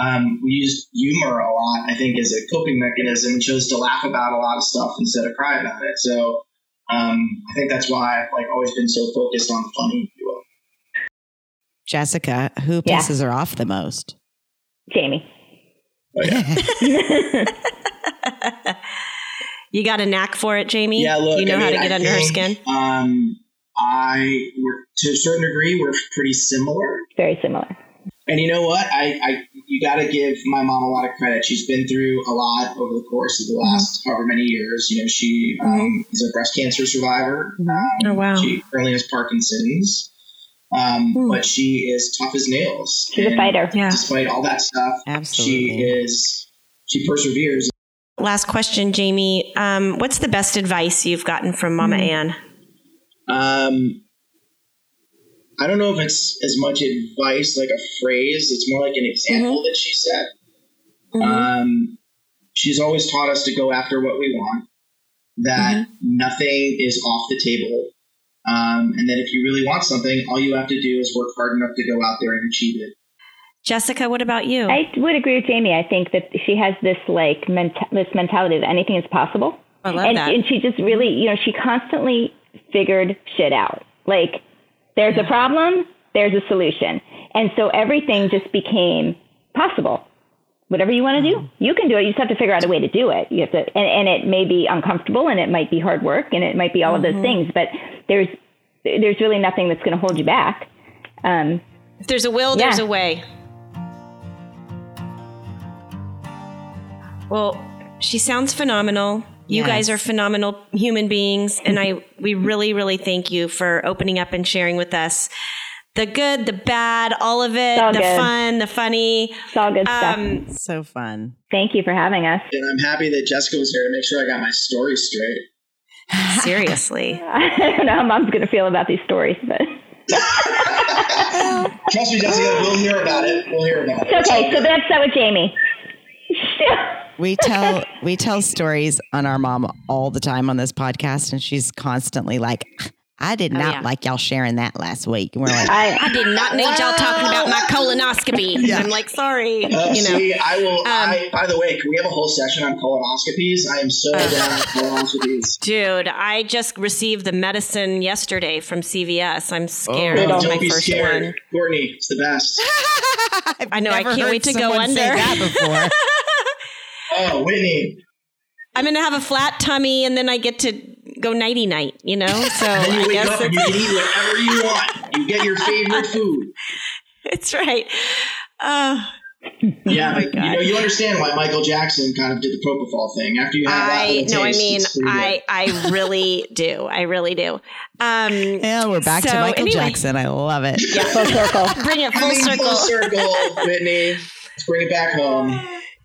Speaker 5: Um, we used humor a lot, I think, as a coping mechanism and chose to laugh about a lot of stuff instead of cry about it. So um, I think that's why I've like always been so focused on the funny, if you will.
Speaker 1: Jessica, who
Speaker 6: Yeah.
Speaker 1: pisses her off the
Speaker 4: [laughs]
Speaker 1: most?
Speaker 6: Jamie.
Speaker 4: You got a knack for it, Jamie.
Speaker 5: Yeah, look,
Speaker 4: you know
Speaker 5: I
Speaker 4: how
Speaker 5: mean,
Speaker 4: to get
Speaker 5: I
Speaker 4: under her
Speaker 5: think,
Speaker 4: skin.
Speaker 5: Um, I, we're, to a certain degree, we're pretty similar.
Speaker 6: Very similar.
Speaker 5: And you know what? I, I you got to give my mom a lot of credit. She's been through a lot over the course of the
Speaker 4: Mm-hmm.
Speaker 5: last however many years. You know, she um, is a breast cancer survivor. Um,
Speaker 4: Oh, Hmm. wow.
Speaker 5: She currently has Parkinson's, um, but she is tough as nails.
Speaker 6: She's a
Speaker 5: And
Speaker 6: fighter.
Speaker 4: Yeah.
Speaker 5: Despite all that stuff,
Speaker 1: Absolutely.
Speaker 5: she is. She perseveres.
Speaker 4: Last question, Jamie. Um, what's the best advice you've gotten from Mama Ann?
Speaker 5: Um, I don't know if it's as much advice like a phrase. It's more like an example
Speaker 6: Mm-hmm.
Speaker 5: that she said. Um, she's always taught us to go after what we want. That
Speaker 6: Mm-hmm.
Speaker 5: nothing is off the table, um, and that if you really want something, all you have to do is work hard enough to go out there and achieve it.
Speaker 4: Jessica, what about you?
Speaker 6: I would agree with Jamie. I think that she has this like menta- this mentality that anything is possible.
Speaker 4: I love
Speaker 6: and,
Speaker 4: that.
Speaker 6: and she just really, you know, she constantly figured shit out. Like, there's a problem, there's a solution. And so everything just became possible. Whatever you want to do,
Speaker 4: Mm-hmm.
Speaker 6: you can do it. You just have to figure out a way to do it. You have to, and, and it may be uncomfortable and it might be hard work and it might be all
Speaker 4: Mm-hmm.
Speaker 6: of those things, but there's, there's really nothing that's going to hold you back. Um,
Speaker 4: if there's a will, there's
Speaker 6: Yeah.
Speaker 4: a way. Well, she sounds phenomenal. You
Speaker 1: Yes.
Speaker 4: guys are phenomenal human beings, and I we really, really thank you for opening up and sharing with us the good, the bad, all of it,
Speaker 6: all
Speaker 4: the
Speaker 6: good.
Speaker 4: fun, the [laughs] funny.
Speaker 6: it's all good stuff.
Speaker 4: Um,
Speaker 1: so fun.
Speaker 6: Thank you for having us. [laughs]
Speaker 5: And I'm happy that Jessica was here to make sure I got my story straight.
Speaker 4: seriously.
Speaker 6: I don't know how mom's going to feel about these stories, but
Speaker 5: Trust me, Jessica. We'll hear about it. We'll hear about it.
Speaker 6: it's okay. So that's that with Jamie. [laughs]
Speaker 4: [laughs]
Speaker 1: We tell we tell stories on our mom all the time on this podcast, and she's constantly like, "I did not
Speaker 4: Oh, yeah.
Speaker 1: like y'all sharing that last week." And we're
Speaker 4: [laughs]
Speaker 1: like,
Speaker 6: I,
Speaker 4: I did not need y'all talking about my colonoscopy. [laughs] I'm like,
Speaker 5: [laughs]
Speaker 4: sorry,
Speaker 5: Uh,
Speaker 4: you know. um,
Speaker 5: See, I will. I, by the way, can we have a whole session on colonoscopies? I am so down with colonoscopies.
Speaker 4: Dude, I just received the medicine yesterday from CVS. I'm scared.
Speaker 1: Oh,
Speaker 4: of
Speaker 5: don't
Speaker 4: my
Speaker 5: be
Speaker 4: first
Speaker 5: scared,
Speaker 4: one.
Speaker 5: Courtney. It's the best.
Speaker 4: I know. I
Speaker 1: "Never
Speaker 4: can't
Speaker 1: heard
Speaker 4: wait to go
Speaker 1: someone
Speaker 4: under.
Speaker 1: say that before.
Speaker 4: [laughs]
Speaker 5: Oh, Whitney.
Speaker 4: I'm gonna have a flat tummy, and then I get to go nighty night. You know, [laughs]
Speaker 5: [laughs]
Speaker 4: so
Speaker 5: Then
Speaker 4: Oh, I
Speaker 5: you wake
Speaker 4: guess
Speaker 5: up and you
Speaker 4: it's,
Speaker 5: can eat whatever you want. You get your favorite food.
Speaker 4: [laughs] it's right. Uh,
Speaker 5: Yeah,
Speaker 4: my
Speaker 5: but,
Speaker 4: God.
Speaker 5: you know, you understand why Michael Jackson kind of did the propofol thing. After you have that,
Speaker 4: I
Speaker 5: little
Speaker 4: no, I
Speaker 5: taste,
Speaker 4: mean,
Speaker 5: it's pretty good.
Speaker 4: I I really do. I really do. Um,
Speaker 5: [laughs]
Speaker 1: And we're back
Speaker 4: So,
Speaker 1: to Michael
Speaker 4: anyway.
Speaker 1: Jackson. I love it.
Speaker 6: full circle.
Speaker 4: bring it full
Speaker 5: I mean,
Speaker 4: circle. [laughs]
Speaker 5: full circle, Whitney. Let's bring it back home.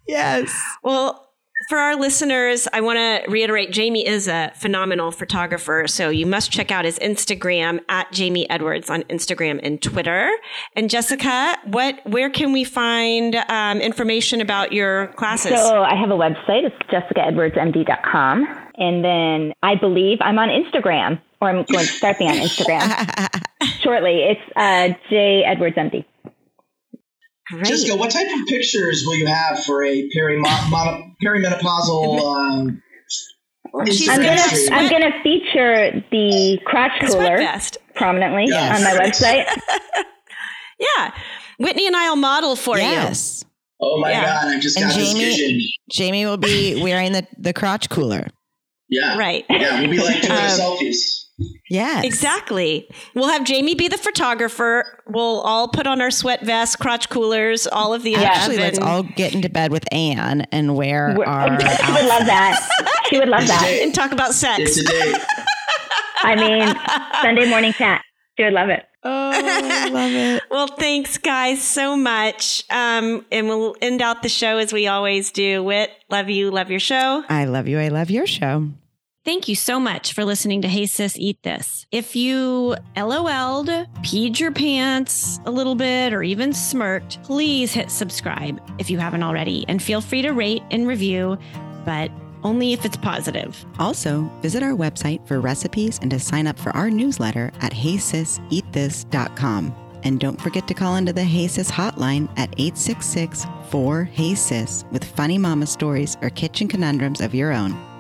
Speaker 1: Yes.
Speaker 4: Well, for our listeners, I want to reiterate Jamie is a phenomenal photographer. So you must check out his Instagram at Jamie Edwards on Instagram and Twitter. And Jessica, what where can we find um, information about your classes?
Speaker 6: So I have a website. It's jessicaedwardsmd.com. And then I believe I'm on Instagram, or I'm going to start being on Instagram shortly. It's uh, J Edwards MD.
Speaker 4: Great.
Speaker 5: Jessica, what type of pictures will you have for a peri- mon- perimenopausal um,
Speaker 4: She's
Speaker 6: I'm
Speaker 5: Instagram
Speaker 6: gonna
Speaker 5: stream?
Speaker 6: I'm gonna feature the crotch cooler
Speaker 4: Sweatfest.
Speaker 6: prominently
Speaker 5: Yes.
Speaker 6: on my website.
Speaker 4: Yeah. Whitney and I'll model for you.
Speaker 1: Yes.
Speaker 5: oh my
Speaker 4: yeah.
Speaker 5: god, I just
Speaker 1: And
Speaker 5: got
Speaker 1: Jamie-
Speaker 5: this vision.
Speaker 1: Jamie
Speaker 4: [laughs]
Speaker 1: will be wearing the, the crotch cooler.
Speaker 5: Yeah,
Speaker 4: Right.
Speaker 5: Yeah, we'll be like doing
Speaker 4: Um,
Speaker 5: selfies.
Speaker 1: Yes.
Speaker 4: Exactly. We'll have Jamie be the photographer. We'll all put on our sweat vests, crotch coolers, all of the
Speaker 1: Actually,
Speaker 4: above,
Speaker 1: let's
Speaker 4: and-
Speaker 1: all get into bed with Anne and wear
Speaker 4: [laughs]
Speaker 1: our.
Speaker 6: she would love that. She would love
Speaker 5: It's a
Speaker 6: that.
Speaker 5: date.
Speaker 4: and talk about sex.
Speaker 5: It's a date.
Speaker 6: I mean, Sunday morning chat. She would love it.
Speaker 1: I love it.
Speaker 4: Well, thanks, guys, so much. Um, and we'll end out the show as we always do. Wit, love you, love your show.
Speaker 1: I love you. I love your show.
Speaker 3: Thank you so much for listening to Hey Sis Eat This. If you LOL'd, peed your pants a little bit, or even smirked, please hit subscribe if you haven't already. And feel free to rate and review, but only if it's positive.
Speaker 1: Also, visit our website for recipes and to sign up for our newsletter at E heysiseatthis.com. And don't forget to call into the Hey Sis hotline at E 866 4 Hey Sis with funny mama stories or kitchen conundrums of your own.